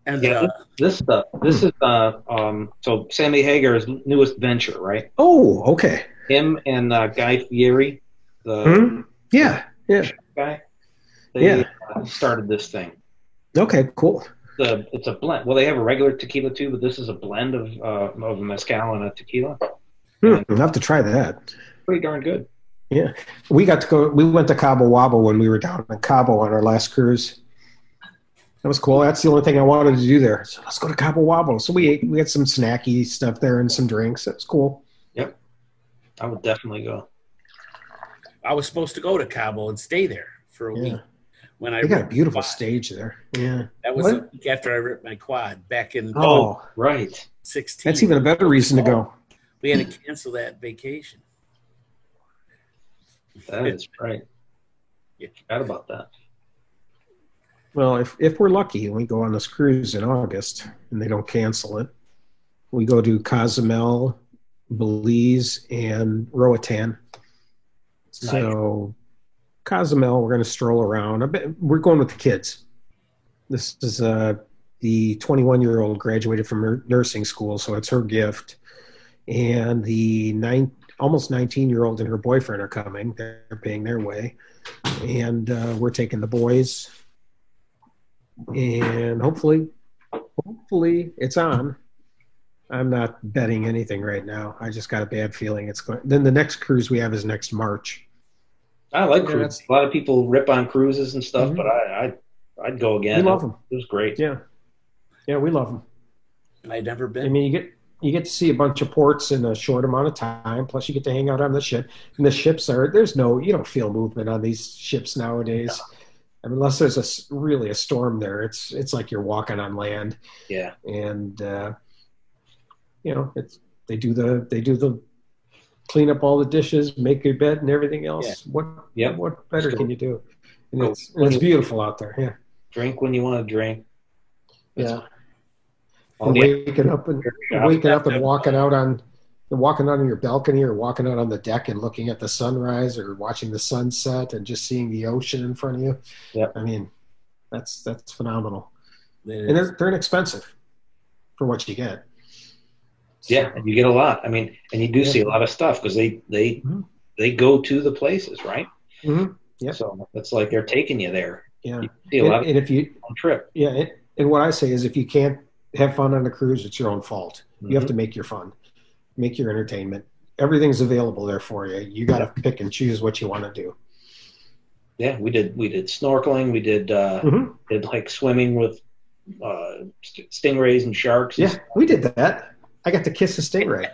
Speaker 1: And
Speaker 4: Yeah.
Speaker 1: uh,
Speaker 4: this stuff. This is uh, um, so Sammy Hager's newest venture, right?
Speaker 3: Oh, okay.
Speaker 4: Him and uh, Guy Fieri, the
Speaker 3: Hmm? Yeah, yeah.
Speaker 4: guy. They
Speaker 3: Yeah.
Speaker 4: uh, started this thing.
Speaker 3: Okay, cool.
Speaker 4: The it's a blend. Well, they have a regular tequila too, but this is a blend of uh, of a mezcal and a tequila.
Speaker 3: Hmm. I'll have to try that.
Speaker 4: Pretty darn good.
Speaker 3: We got to go. We went to Cabo Wabo when we were down in Cabo on our last cruise. That was cool. That's the only thing I wanted to do there. So let's go to Cabo Wabo. So we ate, we had some snacky stuff there and some drinks. That was cool.
Speaker 4: I would definitely go.
Speaker 1: I was supposed to go to Cabo and stay there for a
Speaker 3: Yeah.
Speaker 1: week when I
Speaker 3: They got a
Speaker 1: ripped my
Speaker 3: beautiful
Speaker 1: quad.
Speaker 3: stage there. Yeah.
Speaker 1: That was
Speaker 3: What?
Speaker 1: a week after I ripped my quad back in
Speaker 3: Oh,
Speaker 4: Right.
Speaker 1: 16.
Speaker 3: that's even a better reason to go.
Speaker 1: we had to cancel that vacation.
Speaker 4: That is right. You forgot about that.
Speaker 3: Well, if if we're lucky and we go on this cruise in August and they don't cancel it, we go to Cozumel, Belize, and Roatan. So Cozumel, we're going to stroll around. I bet we're going with the kids. This is uh, the 21 year old graduated from nur- nursing school, so it's her gift. And the nine, almost 19 year old and her boyfriend are coming. They're paying their way. And uh, we're taking the boys. And hopefully, hopefully it's on. I'm not betting anything right now. I just got a bad feeling it's going. Then the next cruise we have is next March.
Speaker 4: I like
Speaker 3: Yeah,
Speaker 4: cruises.
Speaker 3: that's-
Speaker 4: A lot of people rip on cruises and stuff,
Speaker 3: Mhm.
Speaker 4: but I, I I'd go again.
Speaker 3: We love 'em.
Speaker 4: It was great.
Speaker 3: Yeah, yeah, we love them.
Speaker 1: I'd never
Speaker 3: I
Speaker 1: been.
Speaker 3: mean, you get you get to see a bunch of ports in a short amount of time. Plus, you get to hang out on the ship. And the ships are there's no you don't feel movement on these ships nowadays. I mean, unless there's a s- really a storm there, it's it's like you're walking on land.
Speaker 4: Yeah.
Speaker 3: And uh, you know, it's they do the they do the clean up all the dishes, make your bed, and everything else. What
Speaker 4: Yep.
Speaker 3: what better can you do? And
Speaker 4: Go
Speaker 3: it's and it's beautiful out there. Yeah.
Speaker 4: Drink when you want to drink.
Speaker 3: Yeah.
Speaker 4: All
Speaker 3: and
Speaker 4: the-
Speaker 3: waking up and
Speaker 4: Oh, Yeah.
Speaker 3: waking up and walking out on and walking out on your balcony or walking out on the deck and looking at the sunrise or watching the sunset and just seeing the ocean in front of you.
Speaker 4: Yep.
Speaker 3: I mean, that's that's phenomenal. And
Speaker 5: It is.
Speaker 3: they're they're inexpensive for what you get.
Speaker 4: Yeah, and you get a lot. I mean, and you do see a lot of stuff because they they
Speaker 3: Mhm.
Speaker 4: they go to the places, right?
Speaker 3: Mm-hmm. Yep.
Speaker 4: So it's like they're taking you there.
Speaker 3: Yeah.
Speaker 4: See a
Speaker 3: and,
Speaker 4: lot of
Speaker 3: and if you
Speaker 4: on trip.
Speaker 3: yeah, and- and what I say is if you can't have fun on a cruise, it's your own fault. You
Speaker 4: Mm-hmm.
Speaker 3: have to make your fun, make your entertainment. Everything's available there for you. You got to pick and choose what you want to do.
Speaker 4: Yeah, we did we did snorkeling. We did uh,
Speaker 3: Mhm.
Speaker 4: did like swimming with uh, st- stingrays and sharks. and
Speaker 3: Yeah, we did that. I got to kiss a stingray.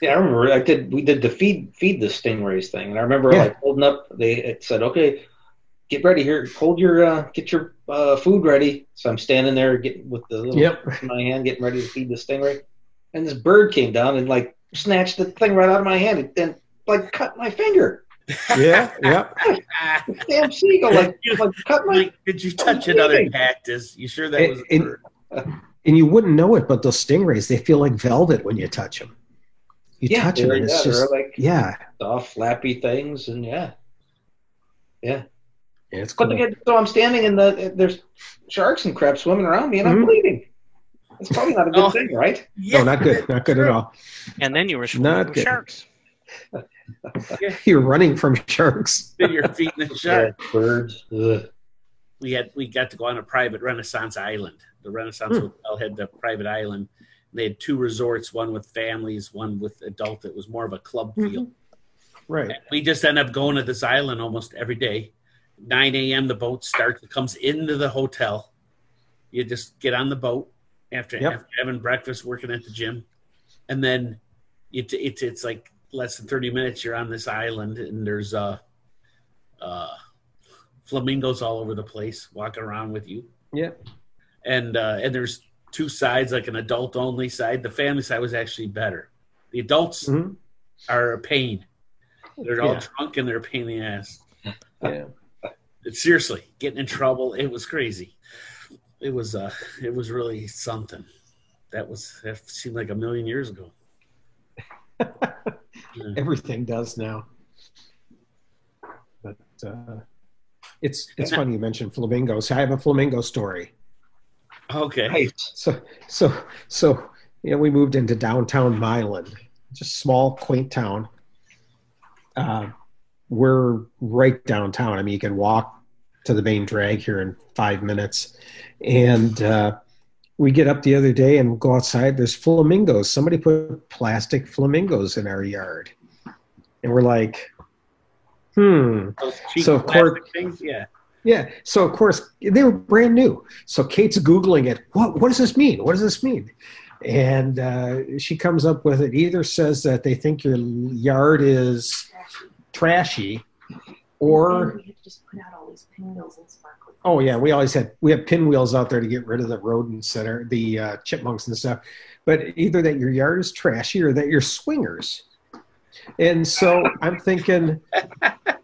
Speaker 4: Yeah, I remember. I did. We did the feed feed the stingrays thing, and I remember
Speaker 3: Yeah.
Speaker 4: like holding up. They it said, "Okay, get ready here. Hold your uh, get your uh, food ready." So I'm standing there getting with the little
Speaker 3: Yep.
Speaker 4: in my hand, getting ready to feed the stingray, and this bird came down and like snatched the thing right out of my hand and, then like cut my finger.
Speaker 3: Yeah, yeah.
Speaker 5: Ah,
Speaker 4: The damn seagull like, like cut my.
Speaker 5: Mike, did you touch another cactus? You sure that
Speaker 3: It-
Speaker 5: was
Speaker 3: it- And you wouldn't know it, but those stingrays, they feel like velvet when you touch them. You
Speaker 4: Yeah,
Speaker 3: touch them,
Speaker 4: they're-
Speaker 3: and
Speaker 4: yeah,
Speaker 3: it's
Speaker 4: they're
Speaker 3: just,
Speaker 4: like
Speaker 3: yeah,
Speaker 4: soft flappy things, and yeah.
Speaker 3: it's
Speaker 4: But
Speaker 3: cool.
Speaker 4: again, so I'm standing in the there's sharks and crap swimming around me, and I'm
Speaker 3: Mhm.
Speaker 4: bleeding. It's probably not a good
Speaker 5: Oh.
Speaker 4: thing, right?
Speaker 3: No, not good. Not good at all.
Speaker 2: And then you were
Speaker 3: Not
Speaker 2: swimming with
Speaker 3: good.
Speaker 2: sharks.
Speaker 3: You're running from sharks.
Speaker 5: in your feet in the shark.
Speaker 4: Yeah, birds. Ugh.
Speaker 5: We had we got to go on a private Renaissance island. The Renaissance
Speaker 3: Hmm.
Speaker 5: Hotel had the private island. They had two resorts, one with families, one with adult. It was more of a club feel.
Speaker 3: Right.
Speaker 5: We just end up going to this island almost every day. 9 a.m. the boat starts. It comes into the hotel. You just get on the boat after,
Speaker 3: Yep.
Speaker 5: after having breakfast, working at the gym, and then it, it's it's like less than 30 minutes. You're on this island, and there's uh, uh, flamingos all over the place walking around with you.
Speaker 3: Yep.
Speaker 5: And uh, and there's two sides, like an adult only side. The family side was actually better. The adults
Speaker 3: Mhm.
Speaker 5: are a pain. They're all
Speaker 3: Yeah.
Speaker 5: drunk and they're a pain in the ass.
Speaker 3: Yeah.
Speaker 5: Seriously, getting in trouble. It was crazy. It was uh it was really something. That was that seemed like a million years ago.
Speaker 3: Everything does now. But uh, it's it's funny you mentioned flamingos. I have a flamingo story.
Speaker 5: Okay.
Speaker 4: Nice.
Speaker 3: So, so, so, you know, we moved into downtown Milan, just small, quaint town. Uh, we're right downtown. I mean, you can walk to the main drag here in five minutes. And uh, we get up the other day and go outside. There's flamingos. Somebody put plastic flamingos in our yard, and we're like, hmm.
Speaker 5: Those cheap
Speaker 3: So, of
Speaker 5: plastic
Speaker 3: course-
Speaker 5: things, yeah.
Speaker 3: Yeah. So of course they were brand new. So Kate's googling it. What What does this mean? What does this mean? And uh, she comes up with it. Either says that they think your yard is trashy, or
Speaker 13: We just put out all these pinwheels and sparkly.
Speaker 3: oh yeah, we always had we have pinwheels out there to get rid of the rodents that are the uh, chipmunks and stuff. But either that your yard is trashy or that you're swingers. And so I'm thinking,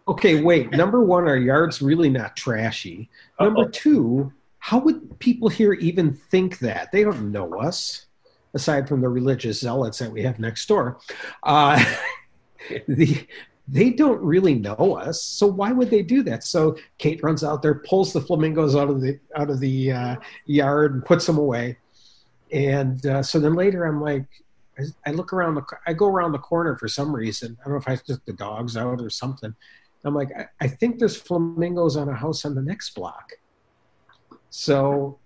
Speaker 3: okay, wait. Number one, our yard's really not trashy. Number two, how would people here even think that? They don't know us, aside from the religious zealots that we have next door. Uh, the, they don't really know us, so why would they do that? So Kate runs out there, pulls the flamingos out of the out of the uh, yard, and puts them away. And uh, so then later, I'm like, I, I look around the, co- I go around the corner for some reason. I don't know if I took the dogs out or something. I'm like, I, I think there's flamingos on a house on the next block. So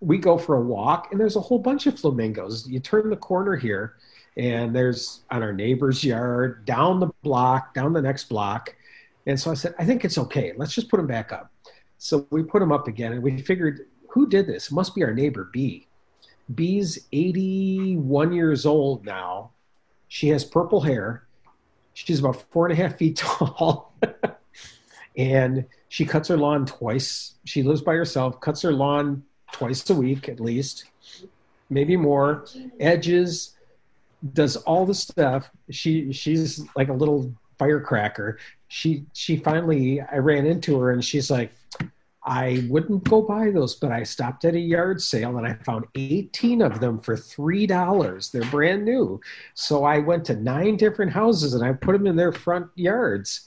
Speaker 3: we go for a walk, and there's a whole bunch of flamingos. You turn the corner here, and there's on our neighbor's yard, down the block, down the next block. And so I said, I think it's okay. Let's just put them back up. So we put them up again, and we figured who did this? It must be our neighbor B. B's 81 years old now. She has purple hair. She's about four and a half feet tall. and she cuts her lawn twice. She lives by herself, cuts her lawn twice a week at least, maybe more. Edges, does all the stuff. She she's like a little firecracker. She she finally I ran into her and she's like, I wouldn't go buy those, but I stopped at a yard sale and I found 18 of them for three dollars. They're brand new. So I went to nine different houses and I put them in their front yards.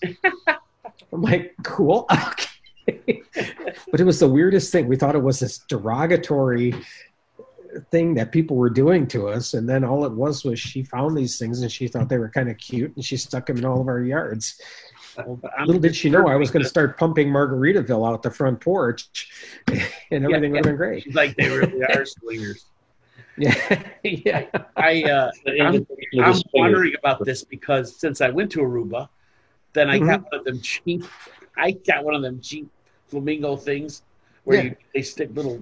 Speaker 3: I'm like, cool, okay. but it was the weirdest thing. We thought it was this derogatory thing that people were doing to us and then all it was was she found these things and she thought they were kind of cute and she stuck them in all of our yards little did she know i was going to start pumping margaritaville out the front porch and everything would have been great
Speaker 1: She's like they really are swingers.
Speaker 3: yeah yeah
Speaker 1: I uh, I'm, I'm wondering about this because since I went to Aruba, then I
Speaker 3: Mm-hmm.
Speaker 1: got one of them cheap. I got one of them cheap flamingo things where
Speaker 4: Yeah.
Speaker 1: you, they stick little.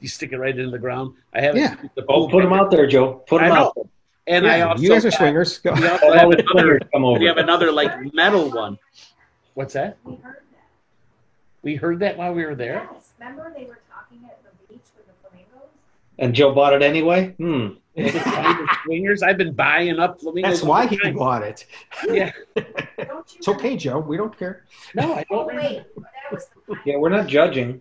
Speaker 1: You stick it right into the ground. I haven't.
Speaker 3: Yeah.
Speaker 1: used the
Speaker 4: Oh,
Speaker 1: boat
Speaker 4: put
Speaker 1: yet.
Speaker 4: them out there, Joe. Put
Speaker 1: I
Speaker 4: them
Speaker 1: know.
Speaker 4: out there.
Speaker 1: And I
Speaker 3: Yeah,
Speaker 1: also
Speaker 3: you guys are
Speaker 1: got-
Speaker 3: swingers Go.
Speaker 1: We also have
Speaker 4: All the
Speaker 1: another.
Speaker 4: swingers come
Speaker 1: We
Speaker 4: over.
Speaker 1: have another like metal one. What's that?
Speaker 13: We heard that.
Speaker 1: We heard that while we were there.
Speaker 13: Yes. Remember they were talking at the beach with the flamingos?
Speaker 4: And Joe bought it anyway. Hmm.
Speaker 1: I've been buying the swingers. I've been buying up flamingos.
Speaker 3: that's why
Speaker 1: all the
Speaker 3: he
Speaker 1: time.
Speaker 3: bought it
Speaker 1: Yeah.
Speaker 13: Don't you
Speaker 3: it's okay joe we don't care
Speaker 1: No, I
Speaker 13: Oh,
Speaker 1: don't. remember.
Speaker 13: wait. That was the
Speaker 4: Yeah, we're not judging.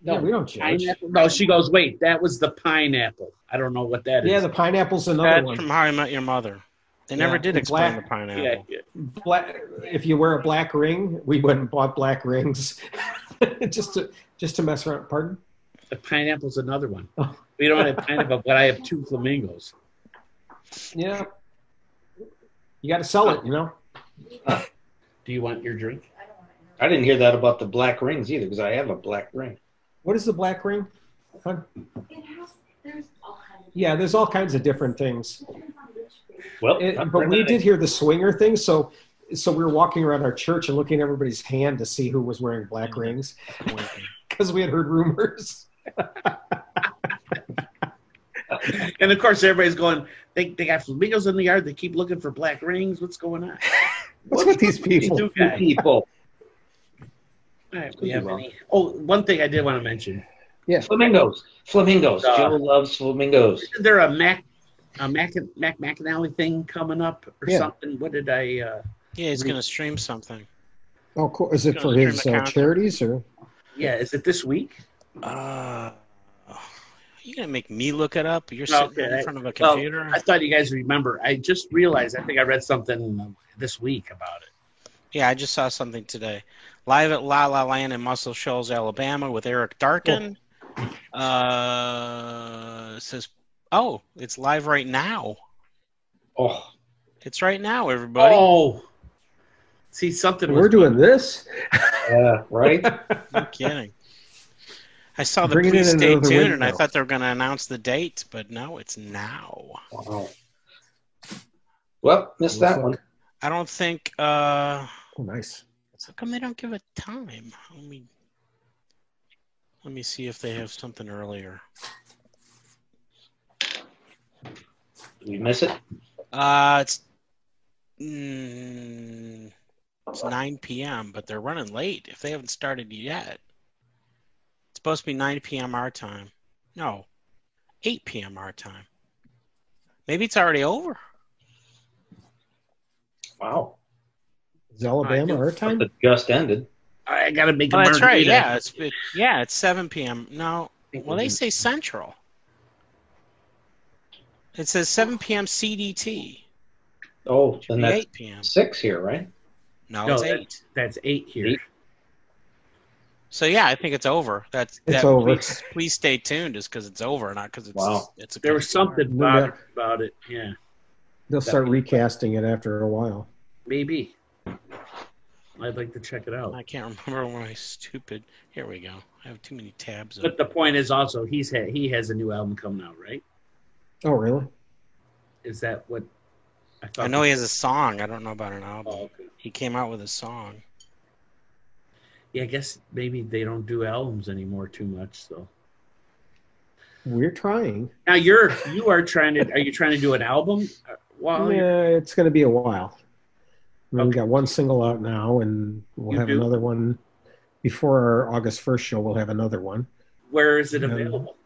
Speaker 1: No,
Speaker 3: yeah, we don't judge
Speaker 1: Pineapple? No, she goes. Wait, that was the pineapple. I don't know what that is.
Speaker 3: yeah the pineapple's another
Speaker 2: That's
Speaker 3: one
Speaker 2: from How I Met Your Mother. They never
Speaker 3: Yeah,
Speaker 2: did
Speaker 3: the
Speaker 2: explain
Speaker 3: black-
Speaker 2: the pineapple.
Speaker 1: yeah, yeah.
Speaker 3: black, if you wear a black ring we went and bought black rings just to just to mess around pardon
Speaker 1: The pineapple's another one.
Speaker 3: Oh.
Speaker 1: We don't have pineapple, but I have two flamingos.
Speaker 3: yeah you got to sell it you know
Speaker 1: Do you want your drink?
Speaker 13: I don't want to interrupt.
Speaker 4: I didn't hear that about the black rings either because I have a black ring.
Speaker 3: what is the black ring
Speaker 13: It has, there's all kinds of
Speaker 3: yeah there's all kinds of different things
Speaker 13: different foundations.
Speaker 4: Well,
Speaker 3: It-
Speaker 4: I'm
Speaker 3: but we
Speaker 4: bringing
Speaker 3: did
Speaker 4: it.
Speaker 3: hear the swinger thing so so we were walking around our church and looking at everybody's hand to see who was wearing black rings because we had heard rumors
Speaker 1: And of course, everybody's going. They, they got flamingos in the yard. They keep looking for black rings. What's going on?
Speaker 3: what's with these people
Speaker 1: Two guys.
Speaker 4: people.
Speaker 1: All right, we have any? Oh, one thing I did want to mention.
Speaker 4: Flamingos. Flamingos.
Speaker 1: Uh,
Speaker 4: Joe loves flamingos.
Speaker 1: Isn't there a Mac, a Mac, Mac McAnally thing coming up or
Speaker 3: Yeah.
Speaker 1: something? What did I? Uh,
Speaker 2: Yeah, he's going to stream something.
Speaker 3: oh cool is it
Speaker 2: Gonna
Speaker 3: for
Speaker 2: stream
Speaker 3: his
Speaker 2: the
Speaker 3: uh,
Speaker 2: concert.
Speaker 3: charities or
Speaker 1: yeah, is it this week?
Speaker 2: Uh, you going to make me look it up? You're
Speaker 1: No,
Speaker 2: sitting
Speaker 1: okay,
Speaker 2: in
Speaker 1: that-
Speaker 2: front of a
Speaker 1: well,
Speaker 2: computer?
Speaker 1: I thought you guys remember. I just realized. I think I read something this week about it.
Speaker 2: Yeah, I just saw something today. Live at La La Land in Muscle Shoals, Alabama, with Eric Darkin. Uh, it says, oh, it's live right now.
Speaker 4: Oh,
Speaker 2: It's right now, everybody.
Speaker 1: Oh, see something.
Speaker 3: we're
Speaker 1: was-
Speaker 3: doing this
Speaker 4: yeah, right?
Speaker 2: No kidding. I saw the
Speaker 3: Bringing
Speaker 2: please
Speaker 3: in
Speaker 2: stay
Speaker 3: another
Speaker 2: tuned, and I
Speaker 3: window.
Speaker 2: thought they were going to announce the date, but no, it's now.
Speaker 4: Wow. Well, missed that one.
Speaker 2: I don't think. Uh,
Speaker 3: oh nice
Speaker 2: how come they don't give a time? Let me let me see if they have something earlier.
Speaker 4: Did we miss it?
Speaker 2: Uh, it's mm, it's 9 p.m., but they're running late. If they haven't started yet, it's supposed to be 9 p.m. our time. No, 8 p.m. our time. Maybe it's already over.
Speaker 4: Wow.
Speaker 3: is alabama our time
Speaker 4: It just ended.
Speaker 1: I gotta make. a
Speaker 2: Oh, that's right.
Speaker 1: margarita.
Speaker 2: Yeah, it's it, yeah, it's 7 p.m. No, well, they say Central. It says 7 p.m. CDT.
Speaker 4: Oh,
Speaker 2: Should
Speaker 4: then
Speaker 2: be
Speaker 4: that's
Speaker 2: 8 p.m.
Speaker 4: six here, right?
Speaker 2: No,
Speaker 1: No,
Speaker 2: it's
Speaker 1: that-
Speaker 2: 8.
Speaker 1: That's eight here.
Speaker 4: Eight.
Speaker 2: So yeah, I think it's over. That's
Speaker 3: It's
Speaker 2: that,
Speaker 3: over.
Speaker 2: Please, please stay tuned, is because it's over, not because it's
Speaker 4: Wow.
Speaker 2: it's a
Speaker 1: There was something
Speaker 3: Remember-
Speaker 1: bothered about it. Yeah,
Speaker 3: they'll start recasting it after a while
Speaker 1: maybe. I'd like to check it out.
Speaker 2: I can't remember my stupid. Here we go. I have too many tabs.
Speaker 1: But
Speaker 2: Up.
Speaker 1: the point is also he's ha- he has a new album coming out, right?
Speaker 3: oh really
Speaker 1: Is that what? thought
Speaker 2: I know he has a song. I don't know about an album.
Speaker 1: Oh, okay.
Speaker 2: He came out with a song.
Speaker 1: yeah, I guess maybe they don't do albums anymore too much. So
Speaker 3: We're trying.
Speaker 1: now you're you are trying to are you trying to do an album? Uh, While you're
Speaker 3: yeah, it's going to be a while. I mean, We got one single out now, and we'll
Speaker 1: You
Speaker 3: have
Speaker 1: do?
Speaker 3: another one before our August first show. We'll have another one.
Speaker 1: where is it available?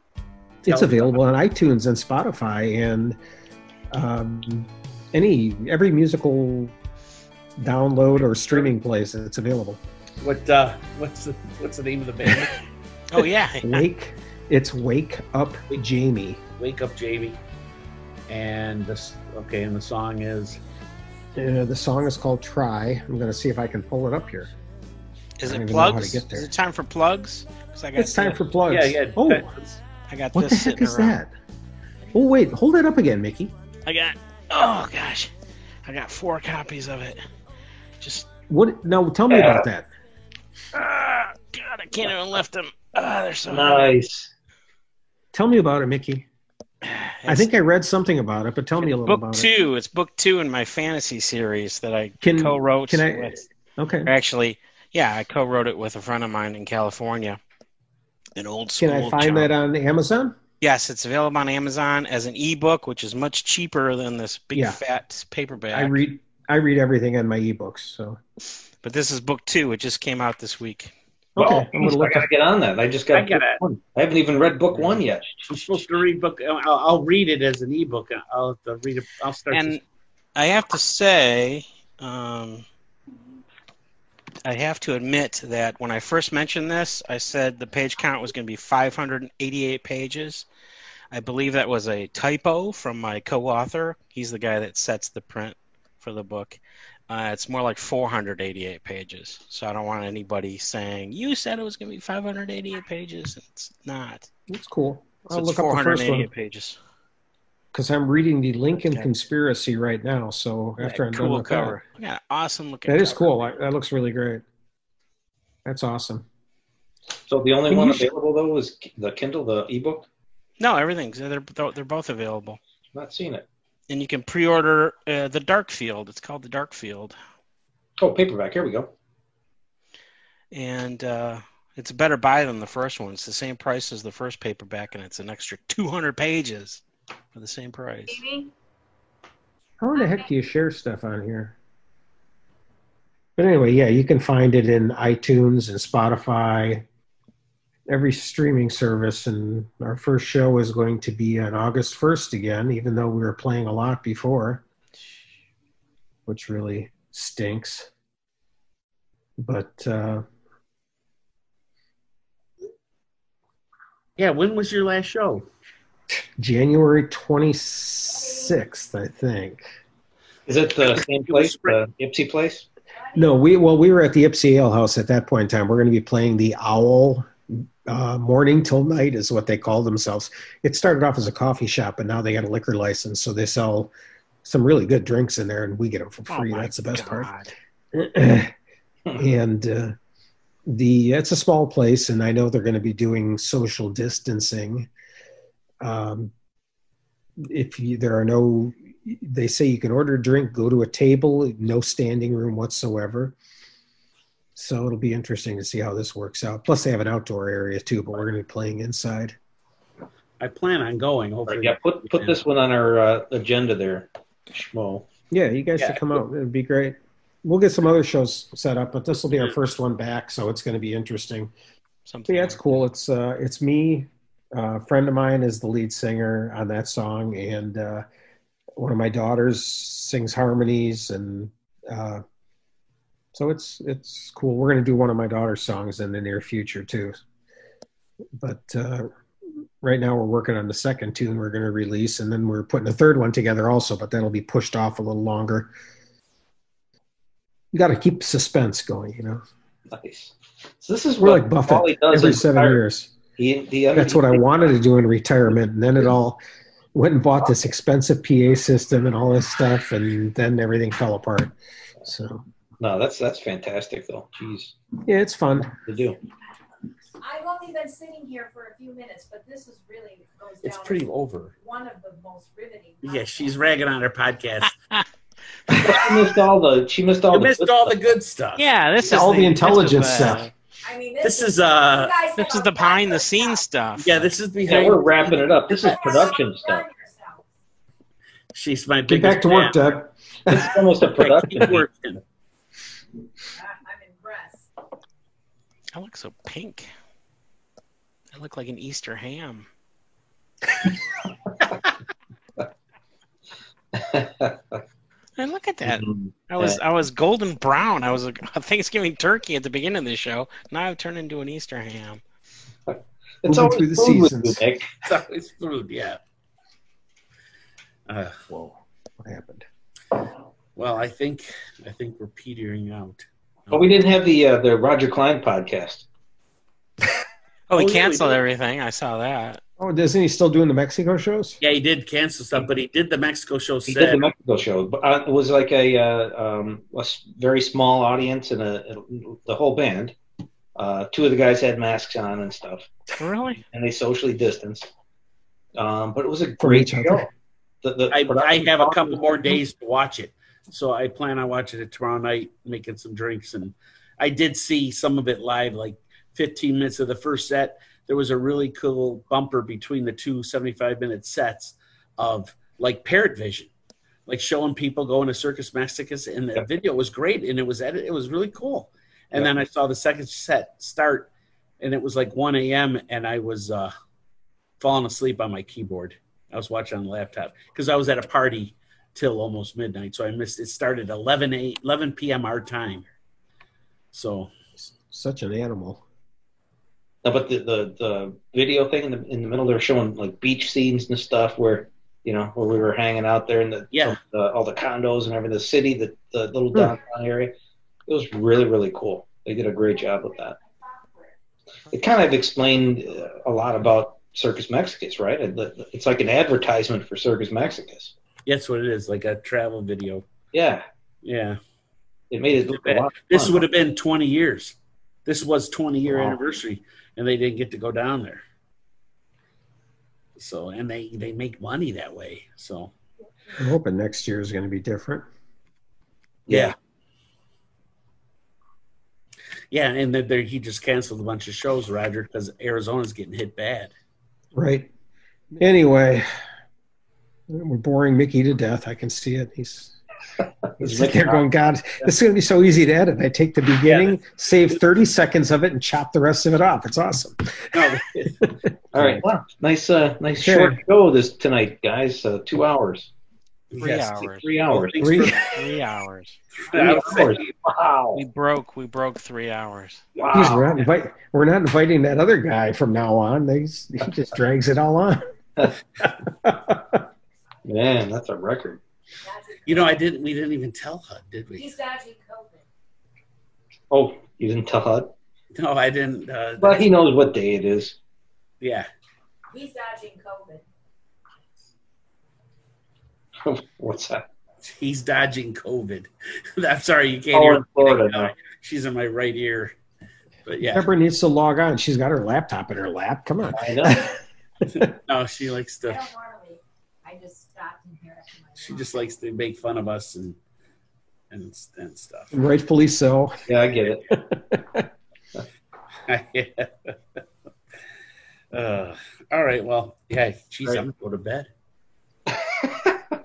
Speaker 3: it's
Speaker 1: Tell-
Speaker 3: available on iTunes and Spotify and um, any every musical download or streaming place. It's available.
Speaker 1: What uh, what's the what's the name of the band?
Speaker 2: Oh yeah.
Speaker 3: Wake, it's Wake Up Jamie.
Speaker 1: Wake up, Jamie. And this okay, and the song is
Speaker 3: Uh, the song is called Try. I'm going to see if I can pull it up here.
Speaker 2: Is
Speaker 3: I don't
Speaker 2: it
Speaker 3: even know how to
Speaker 2: plugs?
Speaker 3: get there.
Speaker 2: Is it time for plugs? 'Cause I got
Speaker 3: It's time
Speaker 2: thi-
Speaker 3: for plugs.
Speaker 1: Yeah, yeah.
Speaker 3: Oh,
Speaker 2: I got
Speaker 3: what the
Speaker 2: this
Speaker 3: heck
Speaker 2: sitting
Speaker 3: is
Speaker 2: around.
Speaker 3: that? Oh, wait, hold that up again, Mickey.
Speaker 2: I got oh gosh, I got four copies of it. Just
Speaker 3: What? Now, tell me about that.
Speaker 2: ah, God, I can't even lift them. Ah, they're so
Speaker 4: Nice.
Speaker 3: Tell me about it, Mickey. I think I read something about it, but tell me a little
Speaker 2: book
Speaker 3: about it.
Speaker 2: two. It's book two in my fantasy series that I
Speaker 3: Can-
Speaker 2: co-wrote.
Speaker 3: can I-
Speaker 2: with,
Speaker 3: Okay.
Speaker 2: or actually, yeah, I co-wrote it with a friend of mine in California. An old school.
Speaker 3: Can I find
Speaker 2: chum.
Speaker 3: that on Amazon?
Speaker 2: Yes, it's available on Amazon as an ebook, which is much cheaper than this big
Speaker 3: Yeah.
Speaker 2: fat paperback.
Speaker 3: I read I read everything on my ebooks, so
Speaker 2: But this is book two. It just came out this week.
Speaker 3: okay.
Speaker 4: Well,
Speaker 3: I'm gonna
Speaker 4: I
Speaker 3: look
Speaker 4: gotta
Speaker 3: up.
Speaker 4: get on that. I just
Speaker 1: I
Speaker 4: got.
Speaker 1: gotta-
Speaker 4: I haven't even read book one yet.
Speaker 1: I'm supposed to read book. I'll, I'll read it as an ebook. I'll have to read it. I'll start.
Speaker 2: And
Speaker 1: this-
Speaker 2: I have to say, um, I have to admit that when I first mentioned this, I said the page count was going to be 588 pages. I believe that was a typo from my co author. He's the guy that sets the print for the book. Uh, it's more like 488 pages. So I don't want anybody saying, you said it was going to be 588 pages. and It's not.
Speaker 3: It's cool.
Speaker 2: So
Speaker 3: I'll
Speaker 2: it's
Speaker 3: look up the first
Speaker 2: 488
Speaker 3: one
Speaker 2: pages.
Speaker 3: because I'm reading the Lincoln
Speaker 2: Okay.
Speaker 3: Conspiracy right now. So after
Speaker 2: Yeah,
Speaker 3: I'm done
Speaker 2: cool
Speaker 3: with that-
Speaker 2: cover. Yeah, awesome looking
Speaker 3: that is
Speaker 2: cover.
Speaker 3: cool. I, that looks really great. That's awesome.
Speaker 4: So the only
Speaker 3: Can
Speaker 4: one
Speaker 3: you sh-
Speaker 4: available though is the Kindle, the ebook.
Speaker 2: No, everything's they're they're both available,
Speaker 4: Not seen it.
Speaker 2: and you can pre-order uh, the Dark Field. It's called the Dark Field,
Speaker 4: Oh, paperback. Here we go.
Speaker 2: and uh, it's a better buy than the first one. It's the same price as the first paperback, and it's an extra 200 pages for the same price.
Speaker 3: How in the heck do you share stuff on here? But anyway, yeah, you can find it in iTunes and Spotify, every streaming service. And our first show is going to be on August 1st again, even though we were playing a lot before, which really stinks. But uh,
Speaker 1: yeah, when was your last show?
Speaker 3: January 26th, I think.
Speaker 4: Is it the same place, the Ipsy place?
Speaker 3: No, we well we were at the Ipsy Ale House at that point in time. We're going to be playing the Owl uh, Morning Till Night is what they call themselves. It started off as a coffee shop, and now they got a liquor license, so they sell some really good drinks in there, and we get them for
Speaker 2: Oh
Speaker 3: free.
Speaker 2: my
Speaker 3: That's the best part.
Speaker 2: God.
Speaker 3: and uh, the it's a small place, and I know they're going to be doing social distancing. Um, if you, there are no, they say you can order a drink, go to a table, no standing room whatsoever. So it'll be interesting to see how this works out. Plus, they have an outdoor area too, but we're going to be playing inside.
Speaker 1: I plan on going.
Speaker 4: All
Speaker 1: Hopefully,
Speaker 4: right, yeah, put put this one on our uh, agenda there, Schmo.
Speaker 3: Yeah, you guys
Speaker 1: Yeah.
Speaker 3: should come out. It'd be great. We'll get some other shows set up, but this will be our first one back, so it's going to be interesting.
Speaker 2: Something.
Speaker 3: Yeah, it's cool. It's uh, it's me. Uh, a friend of mine is the lead singer on that song, and uh, one of my daughters sings harmonies, and uh, so it's it's cool. We're gonna do one of my daughter's songs in the near future too, but uh, right now we're working on the second tune we're gonna release, and then we're putting a third one together also, but that'll be pushed off a little longer. You got to keep suspense going, you know.
Speaker 4: Nice. So this is
Speaker 3: We're
Speaker 4: what
Speaker 3: like Buffett
Speaker 4: Wally does
Speaker 3: every
Speaker 4: in
Speaker 3: seven
Speaker 4: retirement.
Speaker 3: years.
Speaker 4: He, he, under-
Speaker 3: That's what I wanted to do in retirement, and then it all went and bought this expensive PA system and all this stuff, and then everything fell apart. So
Speaker 4: No, that's that's fantastic though. Jeez,
Speaker 3: yeah, it's fun.
Speaker 4: to do.
Speaker 13: I've only been sitting here for a few minutes, but this is really goes
Speaker 1: It's
Speaker 13: down
Speaker 1: pretty
Speaker 13: as
Speaker 1: over.
Speaker 13: one of the most riveting.
Speaker 1: Yeah, she's ragging on her podcast.
Speaker 4: She missed all the. She missed all
Speaker 1: You
Speaker 4: the.
Speaker 1: missed all the good stuff.
Speaker 2: Yeah, this is
Speaker 3: all the
Speaker 2: this is,
Speaker 3: intelligence
Speaker 2: uh,
Speaker 3: stuff.
Speaker 13: I mean,
Speaker 1: This is uh.
Speaker 2: This is the behind the scenes stuff.
Speaker 1: Yeah, this is behind.
Speaker 4: Yeah, we're wrapping it up. This is production stuff.
Speaker 1: She's my
Speaker 3: Get back to work, Doug.
Speaker 4: It's almost a production.
Speaker 1: Working.
Speaker 2: I look so pink. I look like an Easter ham. and look at that. I was I was golden brown. I was a Thanksgiving turkey at the beginning of the show. Now I've turned into an Easter ham.
Speaker 3: Moving
Speaker 4: It's
Speaker 3: through the
Speaker 4: always food with you,
Speaker 3: seasons.
Speaker 4: Nick.
Speaker 1: It's always food. Yeah. Uh,
Speaker 3: Whoa, what happened?
Speaker 1: well, I think I think we're petering out.
Speaker 4: But we didn't have the uh, the Roger Klein podcast.
Speaker 2: Oh, we
Speaker 1: Oh, yeah, we
Speaker 2: canceled
Speaker 1: did.
Speaker 2: everything. I saw that.
Speaker 3: Oh, isn't he still doing the Mexico shows?
Speaker 1: Yeah, he did cancel stuff, but he did the Mexico show
Speaker 4: He
Speaker 1: set.
Speaker 4: did the Mexico show, but uh, it was like a, uh, um, a s- very small audience and a, and the whole band. Uh, two of the guys had masks on and stuff,
Speaker 2: Really?
Speaker 4: and they socially distanced. Um, but it was a
Speaker 3: From
Speaker 4: great
Speaker 3: each
Speaker 4: show.
Speaker 3: other.
Speaker 4: The, the
Speaker 1: I, I
Speaker 4: production
Speaker 1: have a
Speaker 4: quality
Speaker 1: couple
Speaker 4: was
Speaker 1: more days to watch it, so I plan on watching it tomorrow night, making some drinks. And I did see some of it live, like 15 minutes of the first set. There was a really cool bumper between the two 75 minute sets of like parrot vision, like showing people going to Circus Massicus, and the
Speaker 4: Yeah.
Speaker 1: video was great, and it was edit, it was really cool. And
Speaker 4: Yeah.
Speaker 1: then I saw the second set start, and it was like 1 a.m. and I was uh, falling asleep on my keyboard. I was watching on the laptop because I was at a party till almost midnight, so I missed it. Started 11 a 11 p.m. our time, so
Speaker 3: Such an animal.
Speaker 4: No, but the, the the video thing in the in the middle, they're showing like beach scenes and stuff where you know where we were hanging out there in the
Speaker 1: Yeah. Hmm.
Speaker 4: the- all the condos and everything, the city, the the little downtown area. It was really really cool. They did a great job with that. It kind of explained uh, a lot about Circus Mexicus, right? And the- It's like an advertisement for Circus Mexicus.
Speaker 1: that's what it is, like a travel video.
Speaker 4: Yeah,
Speaker 1: Yeah,
Speaker 4: it made it look a lot.
Speaker 1: this
Speaker 4: fun.
Speaker 1: would have been 20 years. This was 20 year
Speaker 4: Wow.
Speaker 1: anniversary, and they didn't get to go down there. So, and they they make money that way. So,
Speaker 3: I'm hoping next year is going to be different.
Speaker 4: yeah.
Speaker 1: yeah, and then there- he just canceled a bunch of shows, Roger, because Arizona's getting hit bad.
Speaker 3: Right. Anyway, we're boring Mickey to death. I can see it. He's he's sitting there going, God, this is going to be so easy to edit. I take the beginning, save 30 seconds of it, and chop the rest of it off. It's awesome.
Speaker 1: No,
Speaker 4: All right, well, nice uh, nice
Speaker 3: Sure.
Speaker 4: short show this tonight, guys. Uh, two hours,
Speaker 2: Three
Speaker 1: Yes,
Speaker 2: hours.
Speaker 4: three hours.
Speaker 1: thanks
Speaker 3: Three-
Speaker 1: for-
Speaker 2: Three hours.
Speaker 1: I was
Speaker 4: hours.
Speaker 1: thinking-
Speaker 4: Wow.
Speaker 2: We broke. We broke three hours.
Speaker 3: Geez,
Speaker 4: Wow.
Speaker 3: we're, not invite, we're not inviting that other guy from now on. They, he just drags it all on.
Speaker 4: Man, that's a record.
Speaker 1: You know, I didn't. We didn't even tell HUD, did we?
Speaker 13: He's dodging COVID.
Speaker 4: Oh, you didn't tell Hud?
Speaker 1: No, I didn't. Uh,
Speaker 4: Well, he knows what day it is.
Speaker 1: yeah,
Speaker 13: He's dodging COVID.
Speaker 4: What's that?
Speaker 1: he's dodging COVID. I'm sorry, you can't
Speaker 4: Oh,
Speaker 1: hear.
Speaker 4: in Florida now.
Speaker 1: She's in my right ear. But yeah,
Speaker 3: Deborah needs to log on. She's got her laptop in her lap. Come on.
Speaker 4: I know.
Speaker 1: no, she likes
Speaker 13: I
Speaker 1: to.
Speaker 13: don't normally. I just stopped and hear it.
Speaker 1: She just likes to make fun of us and and and stuff.
Speaker 3: Rightfully so.
Speaker 4: Yeah, I get it.
Speaker 1: uh, all right. Well, yeah. Geez, I'm gonna go to bed.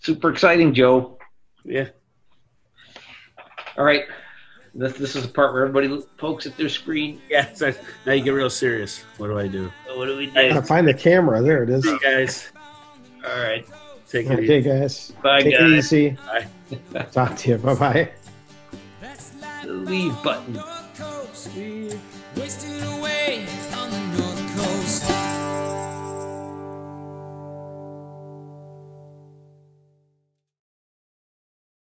Speaker 4: Super exciting, Joe.
Speaker 1: Yeah.
Speaker 4: All right. This, this is the part where everybody pokes at their screen.
Speaker 1: Yeah. So now you get real serious. What do I do?
Speaker 4: Oh, What do we
Speaker 1: Hey,
Speaker 3: Gotta
Speaker 4: do?
Speaker 3: find the camera. There it is.
Speaker 1: See you guys.
Speaker 4: All right.
Speaker 1: Take it
Speaker 3: Okay,
Speaker 1: easy.
Speaker 3: guys.
Speaker 4: Bye,
Speaker 3: Take it
Speaker 4: guys.
Speaker 3: easy.
Speaker 1: Bye.
Speaker 3: Talk to you. Bye bye.
Speaker 4: The leave button.
Speaker 7: Wasted away on the North Coast.